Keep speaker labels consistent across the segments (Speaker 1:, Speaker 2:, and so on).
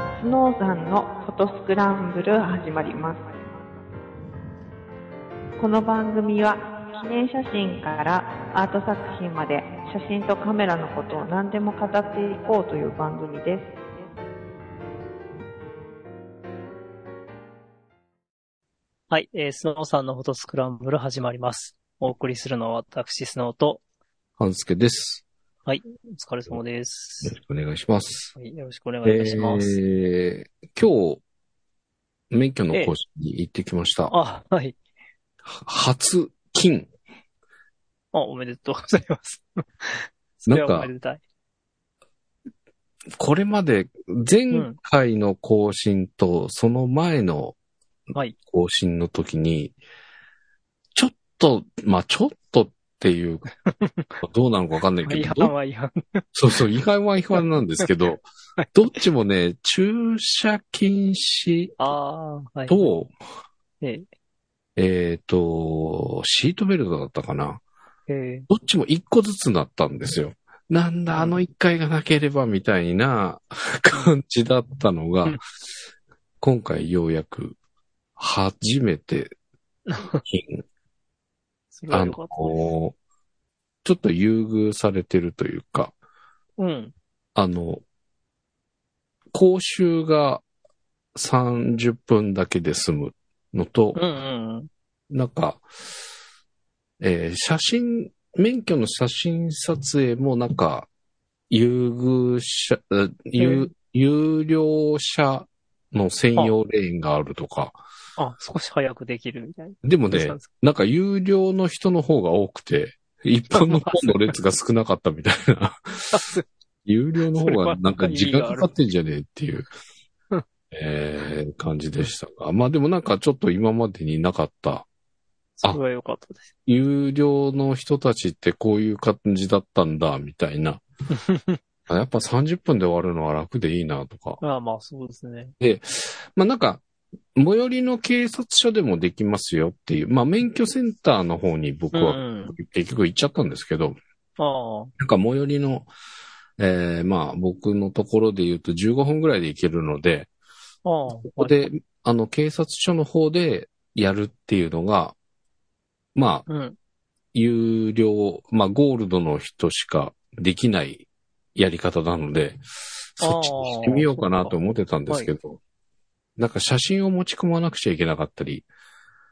Speaker 1: さんのフォトスクランブル始まります。この番組は記念写真からアート作品まで写真とカメラのことを何でも語っていこうという番組です。
Speaker 2: はい、えースノーさんのフォトスクランブル始まります。お送りするのは私、スノーと、
Speaker 3: 半助です。
Speaker 2: お疲れ様で
Speaker 3: よろ
Speaker 2: す。
Speaker 3: しくお願いします。
Speaker 2: はい、よろしくお願いいたします。
Speaker 3: えー、今日、免許の講師に行ってきました。
Speaker 2: あ、はい。
Speaker 3: 初金。
Speaker 2: あ、おめでとうございます。そ
Speaker 3: なん
Speaker 2: れ
Speaker 3: か
Speaker 2: はおめでたい。
Speaker 3: これまで、前回の更新と、その前の
Speaker 2: はい。
Speaker 3: 更新の時に、ちょっと、まあ、ちょっとってい うか、どうなのかわかんないけ
Speaker 2: 違
Speaker 3: ど、
Speaker 2: 反
Speaker 3: ど
Speaker 2: は違反。
Speaker 3: そうそう、違反は違反なんです けど、どっちもね、駐車禁止
Speaker 2: ああー、はい。
Speaker 3: と、
Speaker 2: え
Speaker 3: えっ、と、シートベルトだったかな。
Speaker 2: えー
Speaker 3: どっちも一個ずつになったんですよ。なんだ、あの一回がなければみたいな感じだったのが
Speaker 2: うん、
Speaker 3: 今回ようやく初め て、
Speaker 2: それ
Speaker 3: あ
Speaker 2: は
Speaker 3: の、
Speaker 2: よ
Speaker 3: ち
Speaker 2: かっ
Speaker 3: ょっと優遇されてるというか、
Speaker 2: た。うん。
Speaker 3: あの、講習が30分だけで済むのと、
Speaker 2: うんうんうん。
Speaker 3: なんか、えー写真、免許の写真撮影もなんか、優遇者、え有有料者の専用レーンがあるとか。
Speaker 2: あ、少し早くできるみたいな。
Speaker 3: でも
Speaker 2: そう
Speaker 3: ね
Speaker 2: なんです、
Speaker 3: なんか有料の人の方が多くて、一般の方の列が少なかったみたいな。有料の方がなんか時間かかってんじゃねえっていう
Speaker 2: うん、
Speaker 3: えー感じでしたが。まあでもなんかちょっと今までになかった
Speaker 2: それはよかったです。
Speaker 3: 有料の人たちってこういう感じだったんだ、みた いな。あやっぱ30分で終わるのは楽でいいな、とか。
Speaker 2: ああ、まあそうですね。
Speaker 3: まあなんか、最寄りの警察署でもできますよっていう、まあ免許センターの方に僕
Speaker 2: うん
Speaker 3: は
Speaker 2: うん。
Speaker 3: 結局行っちゃったんですけど、
Speaker 2: ああ、
Speaker 3: なんか最寄りの、えーまあ僕のところで言うと15分ぐらいで行けるので、
Speaker 2: ああ。
Speaker 3: ここで、あの警察署の方でやるっていうのが、まあ
Speaker 2: うん。
Speaker 3: 有料、まあ、ゴールドの人しかできないやり方なので、そっちにしてみようかなと思ってたんですけど、なんか写真を持ち込まなくちゃいけなかったり、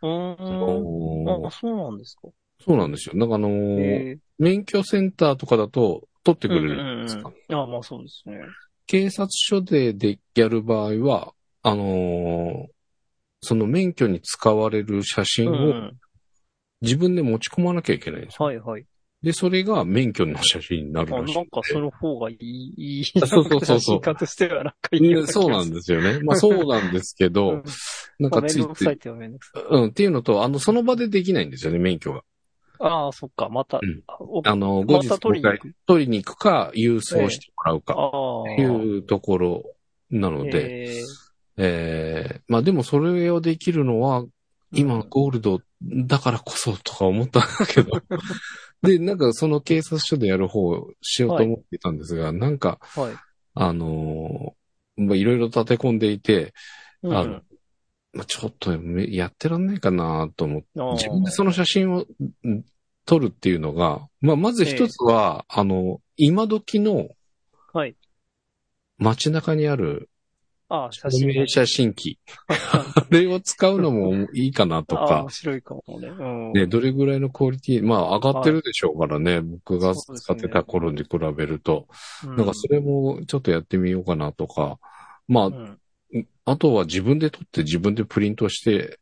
Speaker 2: う
Speaker 3: あ
Speaker 2: ーん。
Speaker 3: の
Speaker 2: あ、
Speaker 3: ー
Speaker 2: そうなんですか。
Speaker 3: そうなんですよ。なんかあのー
Speaker 2: え
Speaker 3: 免許センターとかだと取って
Speaker 2: え
Speaker 3: くれるじゃないですか。
Speaker 2: うんうんうんああ、まあそうですね。
Speaker 3: 警察署ででやる場合は、あのーその免許に使われる写真
Speaker 2: うんう
Speaker 3: を
Speaker 2: ん
Speaker 3: 自分で持ち込まなきゃいけないんですよ。
Speaker 2: はいはい。
Speaker 3: で、それが免許の写真にな
Speaker 2: あ
Speaker 3: る
Speaker 2: な
Speaker 3: ら
Speaker 2: ん
Speaker 3: しい。
Speaker 2: かその方がいい、いい。
Speaker 3: あそうそうそうそ
Speaker 2: なんか写真
Speaker 3: う
Speaker 2: 家としてはなんかいいよ
Speaker 3: ねそうなんですよ ね。まあそうなんですけ
Speaker 2: す
Speaker 3: ど、なんか
Speaker 2: め
Speaker 3: つ
Speaker 2: ん
Speaker 3: い
Speaker 2: どく
Speaker 3: つ
Speaker 2: さいっ
Speaker 3: い、
Speaker 2: てはめんどくさい。
Speaker 3: うん、っていうのと、あの、その場でできないんですよね、免許が。
Speaker 2: ああ、そっか、また
Speaker 3: うん。
Speaker 2: お
Speaker 3: あの、後
Speaker 2: ま
Speaker 3: 日
Speaker 2: た取りに行く。
Speaker 3: 取りに行くか、郵送してもらうか、
Speaker 2: ああ。
Speaker 3: っていうところなので、
Speaker 2: ええ
Speaker 3: えーまあでもそれをできるのは、今のゴールドだからこそとか思ったんだ けど、で、なんかその警察署でやる方をしようと思ってたんですが、なんか、
Speaker 2: はい。
Speaker 3: あのーまあいろいろ立て込んでいて、
Speaker 2: うん
Speaker 3: あのまあ、ちょっとめやってらんないかなと思って
Speaker 2: ああ
Speaker 3: 自分でその写真をん撮るっていうのが、まあ、まず一つは、あの、今時の
Speaker 2: はい。
Speaker 3: 街中にある
Speaker 2: ああ、写
Speaker 3: 証
Speaker 2: 真。
Speaker 3: 明写 真機、
Speaker 2: あ
Speaker 3: あれを使うのもいいかなと
Speaker 2: あ、
Speaker 3: か
Speaker 2: 面、白いかもね。うん。
Speaker 3: ね、どれぐらいのクオリティ、まあ上がってるでしょうからね、僕が使ってた頃に比べると、
Speaker 2: うん、
Speaker 3: なんかそれもちょっとやってみようかなとか、まあ、
Speaker 2: うん。
Speaker 3: あとは自分で撮って自分でプリントして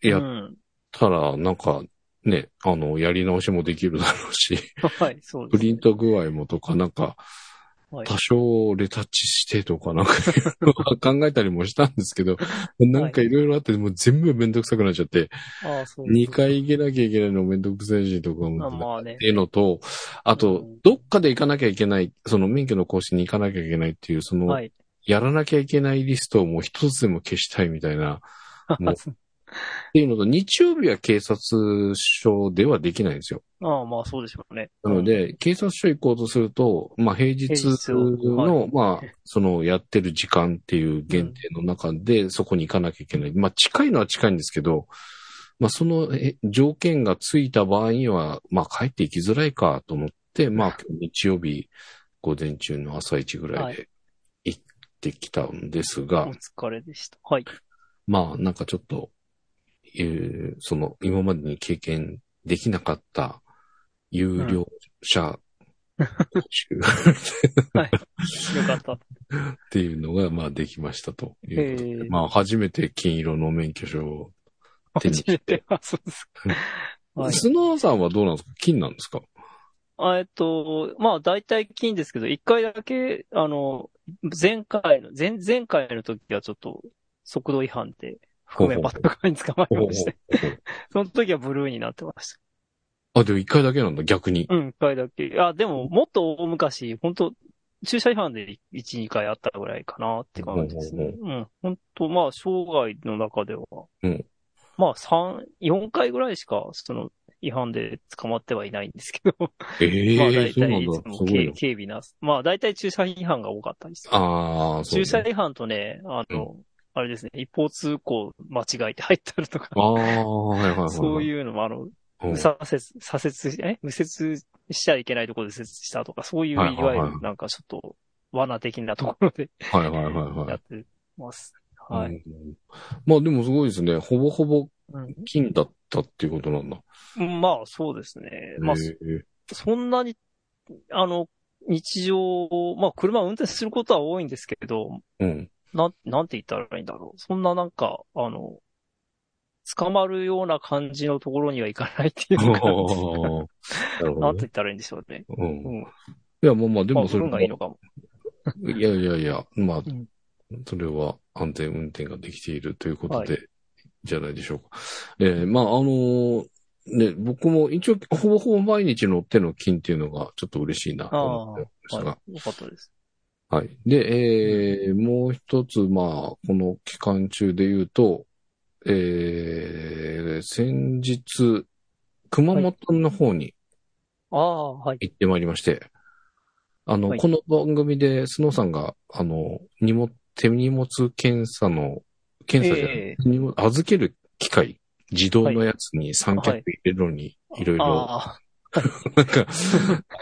Speaker 3: や
Speaker 2: う
Speaker 3: っ
Speaker 2: ん。
Speaker 3: たら、なんかね、あの、やり直しもできるだろうし、
Speaker 2: はい、そうで
Speaker 3: プ
Speaker 2: すね。
Speaker 3: リント具合もとか、なんか、
Speaker 2: はい
Speaker 3: 多少レタッチしてとか、なんかいろいろ考えたりもしたんですけど、なんかいろいろあって、もう全部めんどくさくなっちゃって、
Speaker 2: ああ、そうですね
Speaker 3: 2回行けなきゃいけないのめんどくさいしとか思
Speaker 2: あ
Speaker 3: って
Speaker 2: まあね
Speaker 3: って。いうのと、あ
Speaker 2: う
Speaker 3: と
Speaker 2: ん、
Speaker 3: どっかで行かなきゃいけない、その免許の講師に行かなきゃいけないっていう、その、
Speaker 2: はい。
Speaker 3: やらなきゃいけないリストをもう一つでも消したいみたいな、もうっていうのと、日曜日は警察署ではできないんですよ。
Speaker 2: ああ、まあそうでしょうね。
Speaker 3: なので、警察署行こうとすると、まあ平日
Speaker 2: 平日
Speaker 3: の、
Speaker 2: をはい
Speaker 3: まあ、そのやってる時間っていう限定の中で、そこに行かなきゃいけない。まあ近いのは近いんですけど、まあそのえ条件がついた場合には、まあ帰って行きづらいかと思って、まあ日曜日午前中の朝一ぐらいで行ってきたんですが、
Speaker 2: お疲れでした。はい。
Speaker 3: まあ、なんかちょっと、えーその、今までに経験できなかった、有料者、講習
Speaker 2: よかった。
Speaker 3: っていうのが、まあ、できましたということで
Speaker 2: へー
Speaker 3: まあ、初めて金色の免許証を手に
Speaker 2: 初
Speaker 3: し
Speaker 2: め
Speaker 3: て
Speaker 2: て。。あ、 そうですか。はい。
Speaker 3: スノーさんはどうなんですか金なんですか
Speaker 2: あえっと、まあ大体金ですけど、一回だけ、あの、前回の、前、前回の時はちょっと、速度違反で、覆面パトカーに捕まりまして、その時はブルーになってました。
Speaker 3: あ、でも一回だけなんだ、逆に。
Speaker 2: うん、一回だけ。あ、でも、もっと大昔、本当駐車違反で1、2回あったぐらいかなって感じですね。うん、本当まあ、生涯の中では、
Speaker 3: うん
Speaker 2: まあ、3、4回ぐらいしか、その、違反で捕まってはいないんですけど、
Speaker 3: ええ
Speaker 2: まあ、大
Speaker 3: そう
Speaker 2: 体
Speaker 3: なん
Speaker 2: いつ
Speaker 3: だ、
Speaker 2: も
Speaker 3: すごい
Speaker 2: 警
Speaker 3: な。
Speaker 2: 警備な、まあ、大体駐車違反が多かったりする。
Speaker 3: ああ、そう
Speaker 2: 駐
Speaker 3: ね、
Speaker 2: 車違反とね、あの、あれですね、一方通行間違えて入ったりとか、
Speaker 3: ああ、はいはいはいはい。
Speaker 2: そういうのも、あの、
Speaker 3: うん、
Speaker 2: 左折、左折し、え右折しちゃいけないところで左折したとか、そういう、い
Speaker 3: はいはいは
Speaker 2: わ
Speaker 3: い
Speaker 2: ゆるなんかちょっと、罠的なところで
Speaker 3: はいはいはいはい。
Speaker 2: やってます。はい。
Speaker 3: うんまあでもすごいですね。ほぼほぼ
Speaker 2: うん
Speaker 3: 金だったっていうことなんだ。
Speaker 2: まあ、そうですね。まあ、
Speaker 3: へえ
Speaker 2: そんなに、あの、日常、まあ、車を運転することは多いんですけど、
Speaker 3: うん。
Speaker 2: なん、なんて言ったらいいんだろう。そんななんか、あの、捕まるような感じのところにはいかないっていうか、
Speaker 3: おーなるほ
Speaker 2: な
Speaker 3: ど
Speaker 2: んて
Speaker 3: ね、
Speaker 2: 言ったらいいんでしょうね。
Speaker 3: う。
Speaker 2: うんん。
Speaker 3: いや、まあまあ、で
Speaker 2: まあ、
Speaker 3: もそれ
Speaker 2: 運がいいのかも。
Speaker 3: いやいやいや、まあ
Speaker 2: うん、
Speaker 3: それは安全運転ができているということで、じゃないでしょうか。えーまあ、あのーね、僕も一応、ほぼほぼ毎日乗っての金っていうのがちょっと嬉しいなと思ってましたが。
Speaker 2: はい。よかったです。
Speaker 3: はい。で、えー、もう一つ、まあ、この期間中で言うと、えー、先日、熊本の方に
Speaker 2: ああ、はい。
Speaker 3: 行ってまいりまして、あの、
Speaker 2: はい
Speaker 3: この番組で、スノーさんが、あの、荷物、手荷物検査の、検査じゃない、
Speaker 2: え
Speaker 3: 荷物預ける機械、自動のやつに三脚入れるのに、いろいろ、
Speaker 2: ああ、
Speaker 3: なんか、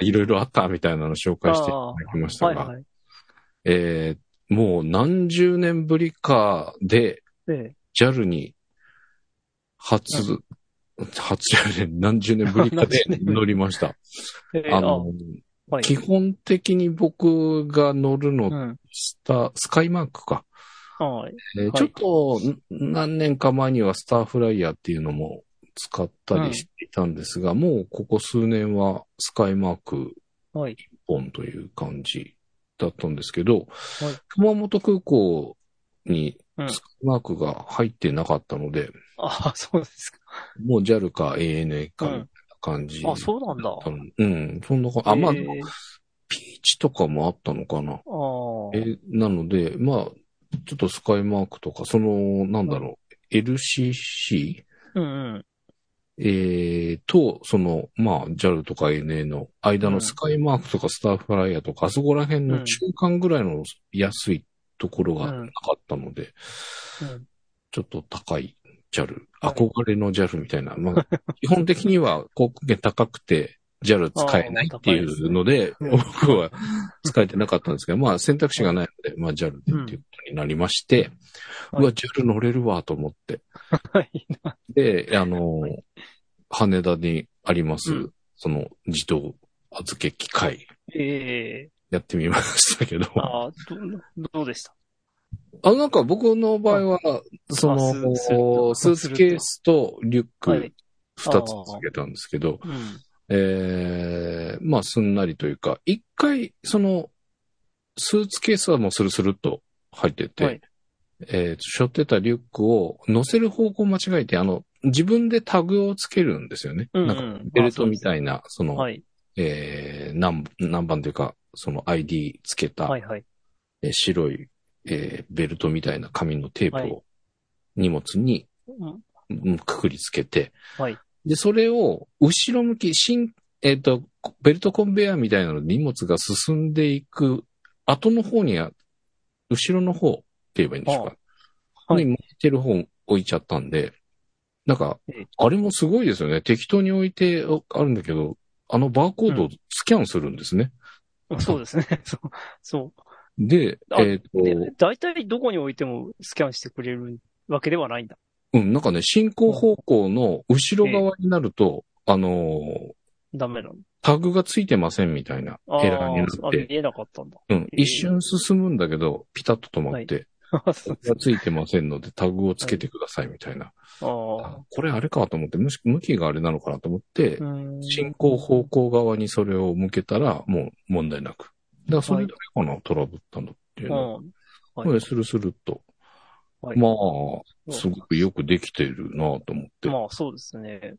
Speaker 3: いろいろあったみたいなのを紹介していただきました
Speaker 2: はい
Speaker 3: が、
Speaker 2: はい。
Speaker 3: えーもう何十年ぶりかで
Speaker 2: ええ
Speaker 3: JAL に初、初じゃねえ何十年ぶりかで
Speaker 2: 何十年ぶり
Speaker 3: 乗りました。
Speaker 2: ええ
Speaker 3: あの、
Speaker 2: あはい。
Speaker 3: 基本的に僕が乗る
Speaker 2: う
Speaker 3: の
Speaker 2: ん。
Speaker 3: スタ、スカイマークか。
Speaker 2: はい。
Speaker 3: えー
Speaker 2: はい
Speaker 3: ちょっとん何年か前にはスターフライヤーっていうのも使ったりしていたんですが、もうここ数年はスカイマーク
Speaker 2: はい。
Speaker 3: ポンという感じだったんですけど、熊本空港に
Speaker 2: うん
Speaker 3: スカイマークが入ってなかったので、
Speaker 2: ああ、そうですか。
Speaker 3: もう JAL か ANA か
Speaker 2: う。
Speaker 3: みたいなん感じ、
Speaker 2: あ、そうなんだ。
Speaker 3: うん。そんな感じ。あ、まあ、
Speaker 2: ええ
Speaker 3: ピーチとかもあったのかな。
Speaker 2: ああ。
Speaker 3: えーなので、まあ、ちょっとスカイマークとか、その、なんだろう、LCC?
Speaker 2: うんうん。
Speaker 3: えーと、その、まあ、JAL とか ANA の間のスカイマークとかスターフライヤーとか、あそこら辺の中間ぐらいの安いところがなかったので、
Speaker 2: うん
Speaker 3: ちょっと高い JAL、
Speaker 2: はい
Speaker 3: 憧れの JAL みたいな、ま あ、基本的には航空券高くて JAL 使えないっていうので、
Speaker 2: あー高いですね
Speaker 3: 僕は使えてなかったんですけど、まあ選択肢がないので、まあ JAL でっていうことになりまして、
Speaker 2: うん
Speaker 3: うわ、JAL 乗れるわと思って、
Speaker 2: はい。
Speaker 3: で、あの、
Speaker 2: はい
Speaker 3: 羽田にあります、
Speaker 2: うん
Speaker 3: その自動預け機械、
Speaker 2: ええ
Speaker 3: やってみましたけど、あ
Speaker 2: ああ、ど、どうでした
Speaker 3: なんか僕の場合は、そ
Speaker 2: あ
Speaker 3: の、
Speaker 2: スースーと
Speaker 3: スーツケースとリュック、
Speaker 2: はい。
Speaker 3: 二つ続けたんですけど、
Speaker 2: うん。
Speaker 3: ええまあ、すんなりというか、一回、その、スーツケースはもうスルスルっと入ってて、
Speaker 2: はい
Speaker 3: えー背負ってたリュックを乗せる方向間違えて、あの、自分でタグをつけるんですよね。
Speaker 2: うんうん
Speaker 3: なんかベルトみたいな、その、
Speaker 2: はい。
Speaker 3: えー、何、何番というか、その ID つけた、
Speaker 2: はいはい。
Speaker 3: えー白い、えーベルトみたいな紙のテープを、
Speaker 2: はい
Speaker 3: 荷物に
Speaker 2: うん
Speaker 3: うんくくりつけて、
Speaker 2: はい。
Speaker 3: で、それを後ろ向き、新、えっ、と、ベルトコンベヤーみたいなので荷物が進んでいく後の方にあ、後ろの方って言えばいいんでしょうか。
Speaker 2: あはい
Speaker 3: に向いてる方を置いちゃったんで、なんか
Speaker 2: ええ、
Speaker 3: あれもすごいですよね。適当に置いておあるんだけど、あのバーコードをスキャンするんですね。
Speaker 2: そうですね。 そう。そ
Speaker 3: で、
Speaker 2: あ
Speaker 3: えっ、
Speaker 2: う。で
Speaker 3: と、、
Speaker 2: 大体どこに置いてもスキャンしてくれるわけではないんだ。
Speaker 3: うん、なんかね、進行方向の後ろ側になると、あのー
Speaker 2: ダメなの。
Speaker 3: タグがついてませんみたいな
Speaker 2: あー
Speaker 3: エラーにな
Speaker 2: あ
Speaker 3: っ
Speaker 2: 見
Speaker 3: て、
Speaker 2: えなかったんだ。
Speaker 3: うん、
Speaker 2: えー
Speaker 3: 一瞬進むんだけど、ピタッと止まって、
Speaker 2: あそう
Speaker 3: タグがついてませんのでタグをつけてくださいみたいな。
Speaker 2: あ
Speaker 3: あこれあれかと思って、むし向きがあれなのかなと思って
Speaker 2: ー。う、ーん
Speaker 3: 進行方向側にそれを向けたら、もう問題なく。だからそれだけかな、トラブったのっていうのは。
Speaker 2: うん。
Speaker 3: これ、スルスルっと。
Speaker 2: はい
Speaker 3: まあ、
Speaker 2: そう
Speaker 3: すごくよくできてるなと思って。
Speaker 2: まあ、そうですね。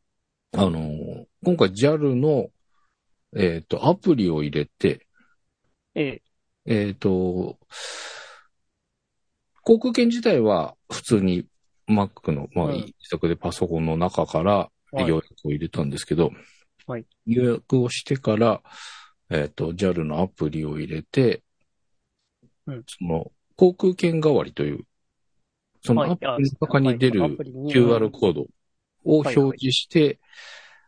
Speaker 3: あのー、今回 JAL の、えっ、と、アプリを入れて、
Speaker 2: ええ、
Speaker 3: えっ、と、航空券自体は普通に Mac の、まあ、
Speaker 2: はい
Speaker 3: 自宅でパソコンの中から
Speaker 2: はい
Speaker 3: 予約を入れたんですけど、
Speaker 2: はい
Speaker 3: 予約をしてから、えっ、と、JAL のアプリを入れて、
Speaker 2: うん
Speaker 3: その、航空券代わりという、その
Speaker 2: はい
Speaker 3: アプリの中に出る、
Speaker 2: はいアプリに
Speaker 3: QR コードを表示して、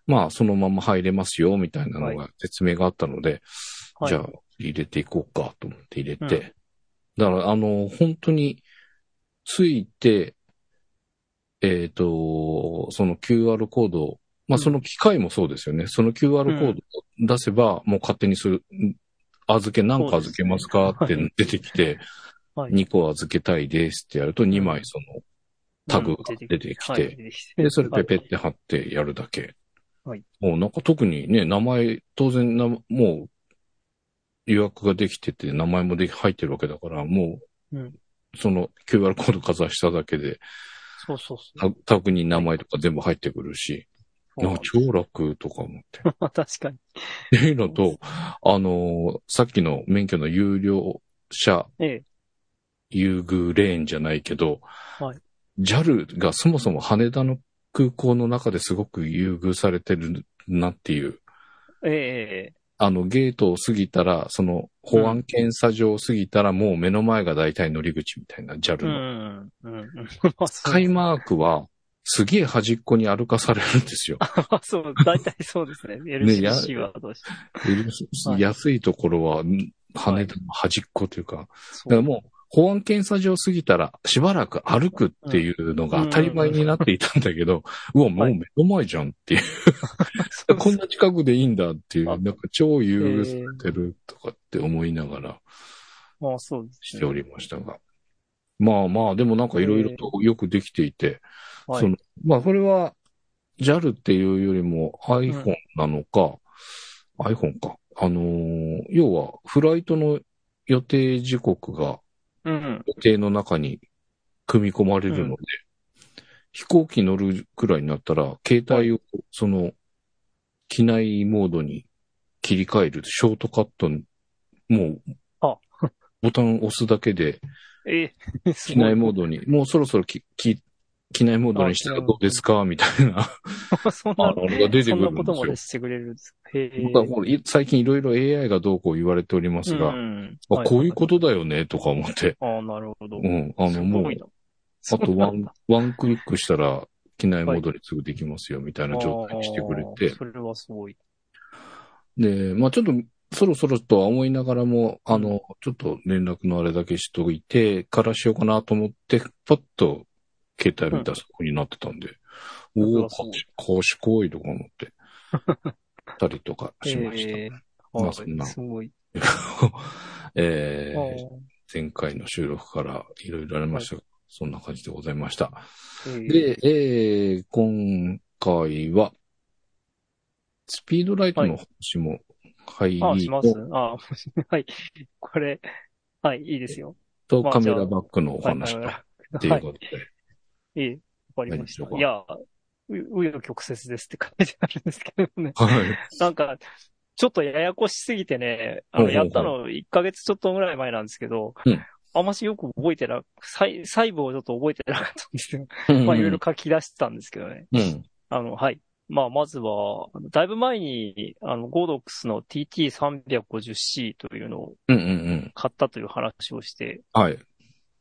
Speaker 3: まあ、そのまま入れますよ、みたいなのが説明があったので、
Speaker 2: はい
Speaker 3: じゃあ、入れていこうかと思って入れ
Speaker 2: うん
Speaker 3: て、だから、あの、本当に、ついて、えっ、と、その QR コードをまあ、その機械もそうですよね。その QR コードを出せば、もう勝手にする、ん預け、何個預けますか
Speaker 2: そうで
Speaker 3: って
Speaker 2: すね
Speaker 3: 出てきて、
Speaker 2: はい
Speaker 3: 2個預けたいですってやると、2枚そのタグが出てき
Speaker 2: はい
Speaker 3: て、
Speaker 2: 出てきて
Speaker 3: で、それペペっ
Speaker 2: はい
Speaker 3: て貼ってやるだけ。
Speaker 2: はい
Speaker 3: もうなんか特にね、名前、当然な、もう予約ができてて、名前もで入ってるわけだから、もう、
Speaker 2: うん
Speaker 3: その QR コードかざしただけで、
Speaker 2: そうそうそ
Speaker 3: タタグに名前とか全部入ってくるし、
Speaker 2: う。
Speaker 3: なんか超楽とか思って。
Speaker 2: まあ確かに。
Speaker 3: っていうのと、あのーさっきの免許の有料者
Speaker 2: ええ、
Speaker 3: 優遇レーンじゃないけど、
Speaker 2: はい
Speaker 3: JAL がそもそも羽田の空港の中ですごく優遇されてるなっていう、
Speaker 2: ええ、ええ
Speaker 3: あのゲートを過ぎたら、その保安検査場を過ぎたらもう目の前が大体乗り口みたいな JAL
Speaker 2: う
Speaker 3: の。
Speaker 2: ん。うん。 うん。
Speaker 3: スカイマークはすげえ端っこに歩かされるん ですよ。
Speaker 2: あ そう、大体そうです ね。
Speaker 3: や
Speaker 2: LCC はどうして。はい
Speaker 3: 安いところはん羽田の端っこというか、
Speaker 2: そ
Speaker 3: だから
Speaker 2: う
Speaker 3: もう、保安検査場過ぎたら、しばらく歩くっていうのが当たり前になっていたんだ けど、うわ、もう
Speaker 2: はい
Speaker 3: 目の前じゃんっていう、
Speaker 2: そう
Speaker 3: こんな近くでいいんだっていう、な
Speaker 2: あ
Speaker 3: んか超優遇されてるとかって思いながら
Speaker 2: まあそうです
Speaker 3: し
Speaker 2: ね。
Speaker 3: ておりましたが。まあまあ、でもなんかいろいろとよくできていて、
Speaker 2: はい
Speaker 3: その、まあこれは JAL っていうよりも iPhone なのか、iPhone か。あのー要はフライトの予定時刻が
Speaker 2: うん。
Speaker 3: 予定の中に組み込まれるので、飛行機乗るくらいになったら、携帯をその、機内モードに切り替えるショートカットに、もう
Speaker 2: あ、
Speaker 3: ボタンを押すだけで、
Speaker 2: え え、す
Speaker 3: 機内
Speaker 2: ご
Speaker 3: モー ドに、もうそろそろきき機内モードにしたらどうですかみたい な、
Speaker 2: い。そん
Speaker 3: あ
Speaker 2: な、
Speaker 3: の、が出て
Speaker 2: そ
Speaker 3: く
Speaker 2: んな
Speaker 3: るん
Speaker 2: こ
Speaker 3: で
Speaker 2: とます
Speaker 3: よ
Speaker 2: で。してくれるんですか。へえ。
Speaker 3: 僕はもうい最近いろいろ AI がどうこう言われておりますが、
Speaker 2: うん
Speaker 3: あ
Speaker 2: は
Speaker 3: こういうことだよね、とか思って。
Speaker 2: ああ、なるほど。
Speaker 3: うん、あの、もう、あとワン、ワンクリックしたら、機内モードにすぐできますよ、みたいな状態にしてく れ
Speaker 2: あ
Speaker 3: て
Speaker 2: ー。それはすごい。
Speaker 3: で、まあちょっと、そろそろとは思いながらも、あの、ちょっと連絡のあれだけしといて、からしようかなと思って、パッと、携帯見たらそこになってたんで、おお、
Speaker 2: そりゃ
Speaker 3: 賢いとか思って、たりとかしました。
Speaker 2: ええ
Speaker 3: まあ
Speaker 2: はい
Speaker 3: そんな
Speaker 2: すごい。
Speaker 3: え
Speaker 2: あ
Speaker 3: ー前回の収録からいろいろありましたが、そんな感じでございました。
Speaker 2: ー、ええ
Speaker 3: で、えー、今回は、スピードライトの話も入り、
Speaker 2: あ、しますあ、 はい。これ、はい、いいですよ。
Speaker 3: と
Speaker 2: まあ
Speaker 3: カメラバックのお
Speaker 2: はい
Speaker 3: 話と、ってい
Speaker 2: は
Speaker 3: う
Speaker 2: い。
Speaker 3: ことで、
Speaker 2: ええ、わかりまし
Speaker 3: 何でしょうか
Speaker 2: た。いや、ううよ曲折ですって書いてあるんですけどね。
Speaker 3: はい。
Speaker 2: なんか、ちょっとややこしすぎてね、あ
Speaker 3: ほ
Speaker 2: の、
Speaker 3: うほうほう
Speaker 2: やったの1ヶ月ちょっとぐらい前なんですけど
Speaker 3: うん、
Speaker 2: あんましよく覚えてな、細細部をちょっと覚えてなかったんですけど、 まあいろいろ書き出してたんですけどね。
Speaker 3: うん。
Speaker 2: あの、はい。まあまずは、あのだいぶ前に、あの、ゴードックスの TT350C というのを
Speaker 3: うんうんうん。
Speaker 2: 買ったという話をして、
Speaker 3: はい。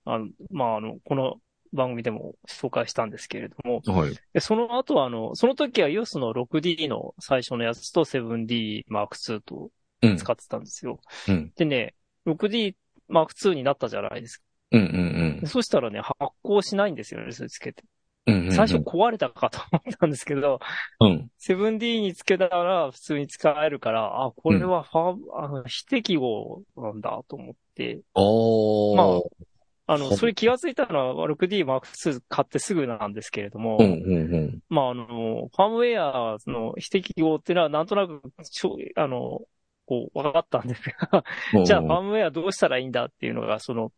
Speaker 2: あの、まああの、この番組でも紹介したんですけれども、
Speaker 3: はい。
Speaker 2: でその後はあの、その時は EOS の 6D の最初のやつと 7D Mark II と
Speaker 3: うん。
Speaker 2: 使ってたんですよ。
Speaker 3: うん。
Speaker 2: でね、6D Mark II になったじゃないですか。
Speaker 3: うんうん
Speaker 2: でそしたらね、発光しないんですよね、それつけて。
Speaker 3: うんうんうん。
Speaker 2: 最初壊れたかと思ったんですけど、
Speaker 3: うん。
Speaker 2: 7D につけたら普通に使えるから、あ、これはファー、あの、非適合なんだと思って、
Speaker 3: おー。
Speaker 2: まああ
Speaker 3: ほ
Speaker 2: の、
Speaker 3: う
Speaker 2: それ気がついたのは 6D Mark II 買ってすぐなんですけれども、
Speaker 3: うんうんうん。
Speaker 2: まあ、あの、ファームウェアの非適合っていうのはなんとなく、ちょ、あの、こう、分かったんですが、
Speaker 3: うん
Speaker 2: じゃあファームウェアどうしたらいいんだっていうのが、その、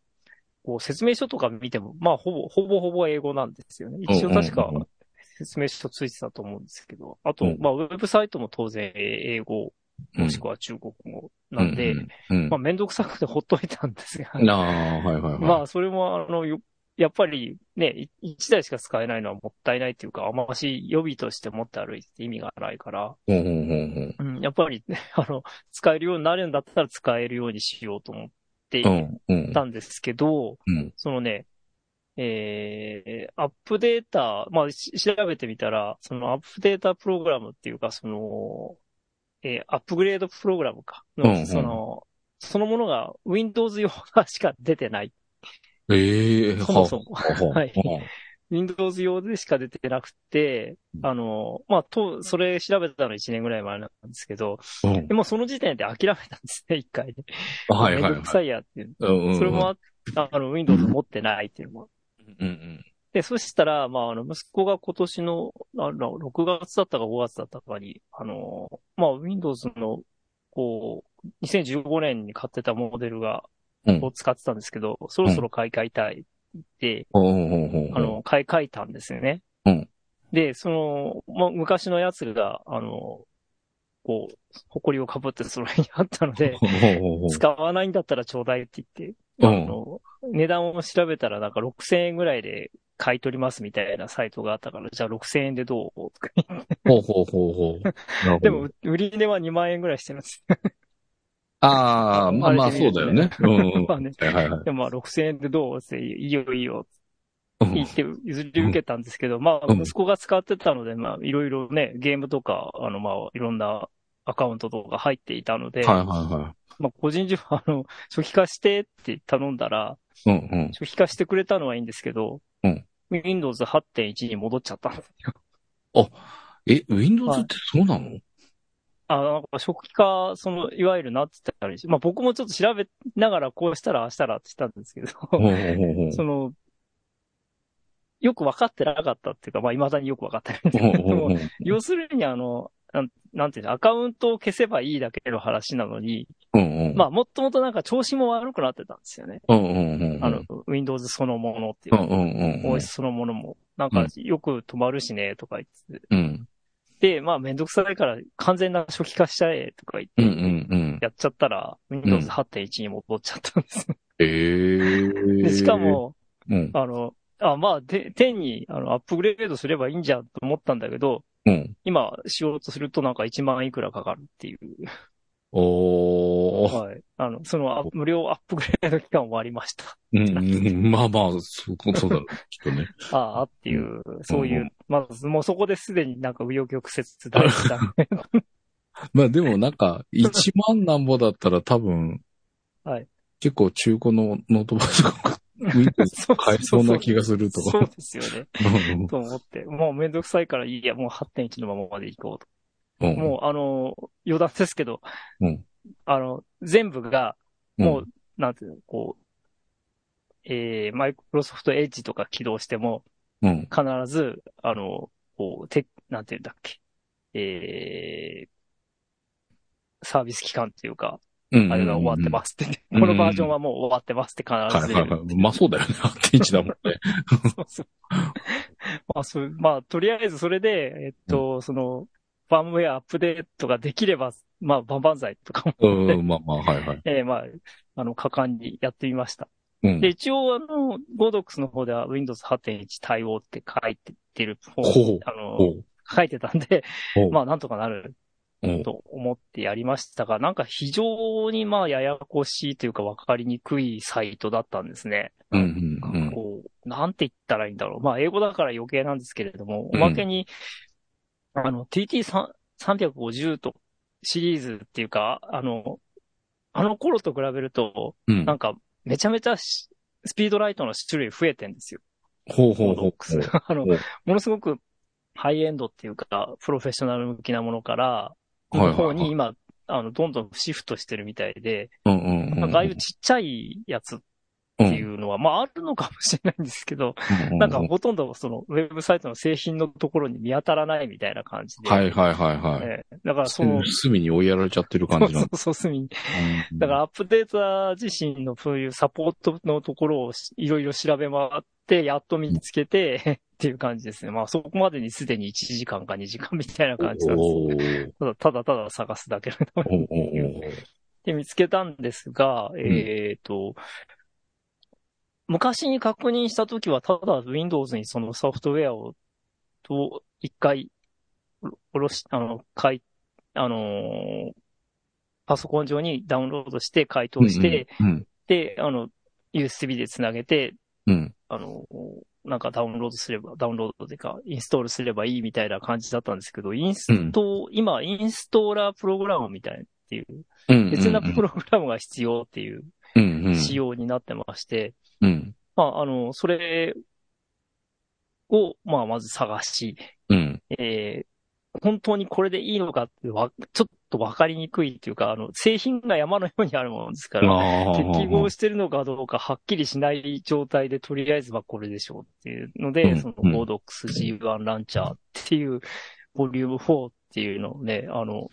Speaker 2: こう、説明書とか見ても、まあ、ほぼ、ほぼほぼ英語なんですよね。一応確か
Speaker 3: うんうんうん
Speaker 2: 説明書ついてたと思うんですけど、あと
Speaker 3: うん、
Speaker 2: まあ、ウェブサイトも当然英語、もしくは中国語なんで、、
Speaker 3: うん。
Speaker 2: まあ、めんどくさくてほっといたんですが、
Speaker 3: なあー、はいはいはい。
Speaker 2: まあ、それも、あの、よやっぱりね、い一台しか使えないのはもったいないっていうか、あんまし予備として持って歩いてて意味がないから、
Speaker 3: うんうんうん
Speaker 2: うん、やっぱり、ね、あの、使えるようになるんだったら使えるようにしようと思って
Speaker 3: うん。う
Speaker 2: い
Speaker 3: んうん。
Speaker 2: たんですけど、
Speaker 3: うん
Speaker 2: そのね、えー、アップデータ、まあ、し調べてみたら、そのアップデータプログラムっていうか、その、えーアップグレードプログラムか、の
Speaker 3: うんうん
Speaker 2: その、そのものが Windows 用がしか出てない。
Speaker 3: ええ、
Speaker 2: そもそも。
Speaker 3: は
Speaker 2: はい。Windows 用でしか出てなくて
Speaker 3: う、ん
Speaker 2: あの、まあ、と、それ調べたの1年ぐらい前なんですけど、
Speaker 3: うん
Speaker 2: でもその時点で諦めたんですね、一回で。
Speaker 3: はいはい
Speaker 2: めん
Speaker 3: は
Speaker 2: ど
Speaker 3: い
Speaker 2: く。さいやっていう。
Speaker 3: うんうんうん
Speaker 2: それもあ、あの、Windows 持ってないっていうのも。
Speaker 3: うんうん。
Speaker 2: で、そしたら、まあ、あの、息子が今年の、あの、6月だったか5月だったかに、あの、まあ、Windows の、こう、2015年に買ってたモデルが、
Speaker 3: うん
Speaker 2: を使ってたんですけど、そろそろ買い替えたいって言って、
Speaker 3: うんうんうんうん。
Speaker 2: あの、買い替えたんですよね。
Speaker 3: うん
Speaker 2: で、その、まあ、昔のやつが、あの、こう、埃をかぶってそれにあったので、
Speaker 3: ほうほうほう、
Speaker 2: 使わないんだったらちょうだいって言って、
Speaker 3: うん
Speaker 2: あの、値段を調べたらなんか6000円ぐらいで買い取りますみたいなサイトがあったから、じゃあ6000円でどうとか言って
Speaker 3: ほうほうほうほう。なるほど
Speaker 2: でも、、売り値は2万円ぐらいしてるんです。
Speaker 3: ああ、まあまあ、そうだよね。うんう ん。
Speaker 2: まあね。
Speaker 3: はいはいはい。
Speaker 2: でもまあ6000円でどうって、いいよいいよ
Speaker 3: うん
Speaker 2: 言って譲り受けたんですけど、まあ、
Speaker 3: うん
Speaker 2: 息子が使ってたので、まあ、いろいろね、ゲームとか、あの、まあ、いろんなアカウントとか入っていたので、
Speaker 3: はいは
Speaker 2: まあ、個人情報、あの、初期化してって頼んだら、
Speaker 3: いはい。うんうん。
Speaker 2: 初期化してくれたのはいいんですけど、
Speaker 3: うん
Speaker 2: Windows 8.1に戻っちゃったんですよ。
Speaker 3: え、Windows ってそうなの
Speaker 2: あなんか初期化、その、いわゆるなって言ったりしまあ僕もちょっと調べながら、こうしたら、ああしたらって言ったんですけど、
Speaker 3: ほうほうほう
Speaker 2: その、よく分かってなかったっていうか、まあ未だによく分かってないんです
Speaker 3: ほう
Speaker 2: け
Speaker 3: ほ
Speaker 2: ど
Speaker 3: う
Speaker 2: も
Speaker 3: ほう。
Speaker 2: 要するにあの、なんなんていうの、アカウントを消せばいいだけの話なのに、
Speaker 3: うんうん。
Speaker 2: まあ、もともとなんか調子も悪くなってたんですよね。
Speaker 3: うんうんうん。
Speaker 2: あの、、Windows そのものっていううんか、
Speaker 3: うんうんうん。
Speaker 2: OS そのものも、なんかよく止まるしね、とか言って
Speaker 3: うん。
Speaker 2: て、で、まあ、めんどくさいから完全な初期化しちゃえ、とか言
Speaker 3: うんう
Speaker 2: って、
Speaker 3: んうん。
Speaker 2: やっちゃったら、Windows 8.1に戻っちゃったんです。
Speaker 3: え
Speaker 2: で
Speaker 3: ー。
Speaker 2: しか、も、
Speaker 3: うん。
Speaker 2: あの、あ、まあ、で、10に、あの、アップグレードすればいいんじゃんと思ったんだけど、
Speaker 3: うん。
Speaker 2: 今、しようとするとなんか1万いくらかかるっていう。
Speaker 3: おー。
Speaker 2: はい。あの、その、あ無料アップグレード期間終わりました。
Speaker 3: うんうん。まあまあ、そうそうだろう。きっとね。
Speaker 2: ああ、っていう、そういう、まず、もうそこですでになんか、紆余曲折だった。
Speaker 3: まあでもなん か、1万なんぼだったら多分、
Speaker 2: はい。
Speaker 3: 結構中古のノートパソコン、Windows
Speaker 2: そう
Speaker 3: 買え そうな気
Speaker 2: が
Speaker 3: がすると。
Speaker 2: そうですよね。
Speaker 3: うん
Speaker 2: と思って、もうめんどくさいから、いいや、もう8.1のままでいこう
Speaker 3: うん
Speaker 2: と。もう、あの、余談ですけど、
Speaker 3: うん
Speaker 2: あの、全部が、もう、なんていうの、こう、えー、マイクロソフトエッジとか起動しても、
Speaker 3: うん、うん。
Speaker 2: 必ず、あの、こう、て、なんていうんだっけ、えー、サービス期間っていうか、
Speaker 3: うん。
Speaker 2: あれが終わってますって、
Speaker 3: うん
Speaker 2: このバージョンはもう終わってますって
Speaker 3: す
Speaker 2: 必
Speaker 3: は
Speaker 2: ず
Speaker 3: い
Speaker 2: 出
Speaker 3: は
Speaker 2: る
Speaker 3: いはい。まあそうだよね。8.1だもん ね。
Speaker 2: そうそう まあ、そう、まあ、とりあえずそれで、えっと、その、ファームウェアアップデートができれば、まあ、万々歳とかも、
Speaker 3: うん、まあまあ、はいはい。
Speaker 2: ええまあ、あの、果敢にやってみました。
Speaker 3: うん
Speaker 2: で、。一応、あの、ゴドックスの方では Windows 8.1対応って書いてってる方、
Speaker 3: ほう
Speaker 2: あ
Speaker 3: ほ
Speaker 2: の、
Speaker 3: う
Speaker 2: 書いてたんで、
Speaker 3: ほ う
Speaker 2: まあ、なんとかなる
Speaker 3: うん
Speaker 2: と思ってやりましたが、なんか非常にまあ、ややこしいというか、わかりにくいサイトだったんですね。
Speaker 3: うんうんうん
Speaker 2: こう、なんて言ったらいいんだろう。まあ、英語だから余計なんですけれども、
Speaker 3: う
Speaker 2: お
Speaker 3: ん
Speaker 2: まけに、あの、TT350 とシリーズっていうか、あの、あの頃と比べると、
Speaker 3: うん
Speaker 2: なんか、めちゃめちゃしスピードライトの種類増えてんですよ。
Speaker 3: ほうほ
Speaker 2: ゴ
Speaker 3: う
Speaker 2: ド
Speaker 3: ほ
Speaker 2: ッ
Speaker 3: う
Speaker 2: クス。 あの、
Speaker 3: ほう
Speaker 2: ものすごくハイエンドっていうか、プロフェッショナル向きなものから、
Speaker 3: は
Speaker 2: の
Speaker 3: いはいはい
Speaker 2: 方に今、あの、どんどんシフトしてるみたいで、
Speaker 3: うんうんうん。
Speaker 2: なんかああいうちっちゃいやつっていうのは、まああるのかもしれないんですけど、
Speaker 3: うん、
Speaker 2: なんか
Speaker 3: う
Speaker 2: ほとんどそのウェブサイトの製品のところに見当たらないみたいな感じで。
Speaker 3: はいはいはいはい。
Speaker 2: ええだからその、
Speaker 3: 隅に追いやられちゃってる感じ
Speaker 2: そ
Speaker 3: なんだ。
Speaker 2: うそう隅に
Speaker 3: うん
Speaker 2: だからアップデーター自身のそういうサポートのところをいろいろ調べ回って、やっと見つけて っていう感じですね。まあそこまでにすでに1時間か2時間みたいな感じなんです
Speaker 3: お
Speaker 2: ね。
Speaker 3: ー
Speaker 2: ただただただ探すだけ
Speaker 3: おーおーおー
Speaker 2: で見つけたんですが、えっ、と、昔に確認したときは、ただ Windows にそのソフトウェアを、と、一回、おろし、あの、かい、あのーパソコン上にダウンロードして解凍して、、
Speaker 3: うん
Speaker 2: で、あの、USB でつなげて、
Speaker 3: うんうん。
Speaker 2: あのーなんかダウンロードすれば、ダウンロードというか、インストールすればいいみたいな感じだったんですけど、インスト、今、インストーラープログラムみたいなっていう、
Speaker 3: うんうんうん
Speaker 2: 別なプログラムが必要っていう
Speaker 3: うんうん
Speaker 2: 仕様になってまして、
Speaker 3: うん
Speaker 2: まあ、あの、それを、まあ、まず探し、
Speaker 3: うん
Speaker 2: えー本当にこれでいいのかってわ、ちょっとわかりにくいっていうか、あの、製品が山のようにあるものですから、
Speaker 3: あー
Speaker 2: 適合してるのかどうかはっきりしない状態で、とりあえずはこれでしょうっていうの
Speaker 3: う
Speaker 2: で、
Speaker 3: ん
Speaker 2: その GoDocs G1 ランチャーっていう、ボリューム4っていうのをね、あの、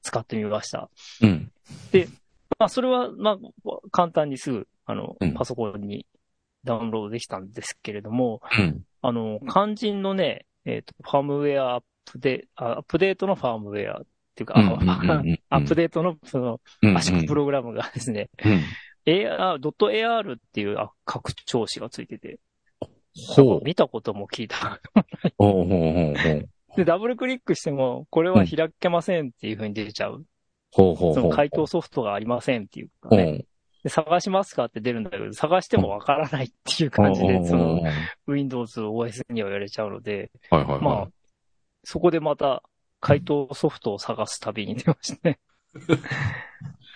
Speaker 2: 使ってみました。
Speaker 3: うん
Speaker 2: まあ、それは、まあ、簡単にすぐ、あの
Speaker 3: うん、
Speaker 2: パソコンにダウンロードできたんですけれども、
Speaker 3: うん
Speaker 2: あの、肝心のね、えっ、と、ファームウェアアップデ、あアップデートのファームウェアっていうか、あの アップデー
Speaker 3: デ
Speaker 2: トの、その、
Speaker 3: ー
Speaker 2: 圧縮プログラムがですね、AR、.ar っていうあ拡張子がついてて、
Speaker 3: ほう。
Speaker 2: 見たことも聞いた。
Speaker 3: ほうほうほうほう。
Speaker 2: で、ダブルクリックしても、これは開けませんっていう風に出ちゃう。
Speaker 3: ほうほう
Speaker 2: そ
Speaker 3: ほ
Speaker 2: の
Speaker 3: う。
Speaker 2: 回答ソフトがありませんっていうか
Speaker 3: う
Speaker 2: ね。
Speaker 3: ん
Speaker 2: で探しますかって出るんだけど、探してもわからないっていう感じ
Speaker 3: うん
Speaker 2: で
Speaker 3: う、ん
Speaker 2: その
Speaker 3: うんはい
Speaker 2: Windows OS にはやれちゃうので、
Speaker 3: はいはい。
Speaker 2: まあ、そこでまた回答ソフトを探す旅に出ましたね。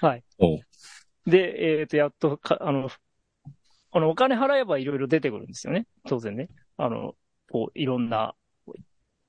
Speaker 2: はい
Speaker 3: お。
Speaker 2: で、えっ、と、やっとか、あの、あの、お金払えばいろいろ出てくるんですよね。当然ね。あの、こう、いろんな、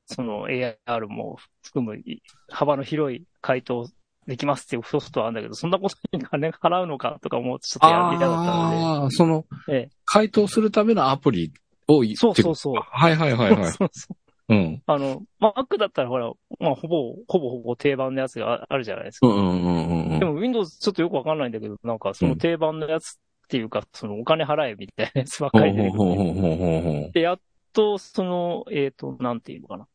Speaker 2: その AR も含むい幅の広い回答できますっていうソフトはあるんだけど、そんなことに金払うのかとか思うとちょっとやりたかったので。
Speaker 3: ああ、その
Speaker 2: ええ、
Speaker 3: 回答するためのアプリをい
Speaker 2: そうそうそう
Speaker 3: ってことはいはいはいは い。
Speaker 2: そうそう
Speaker 3: うん。
Speaker 2: あの、まあ、Mac だったらほら、まあ、ほぼ、ほぼほぼ定番のやつがああるじゃないです
Speaker 3: う
Speaker 2: か。
Speaker 3: んうんうんうんうん。
Speaker 2: でも Windows ちょっとよくわかんないんだけど、なんかその定番のやつっていうか、そのお金払えみたいなやつばっ
Speaker 3: ほう
Speaker 2: かり出てくる
Speaker 3: ほうほうほうほうほう。
Speaker 2: で、やっと、その、えっ、と、なんていうのかな。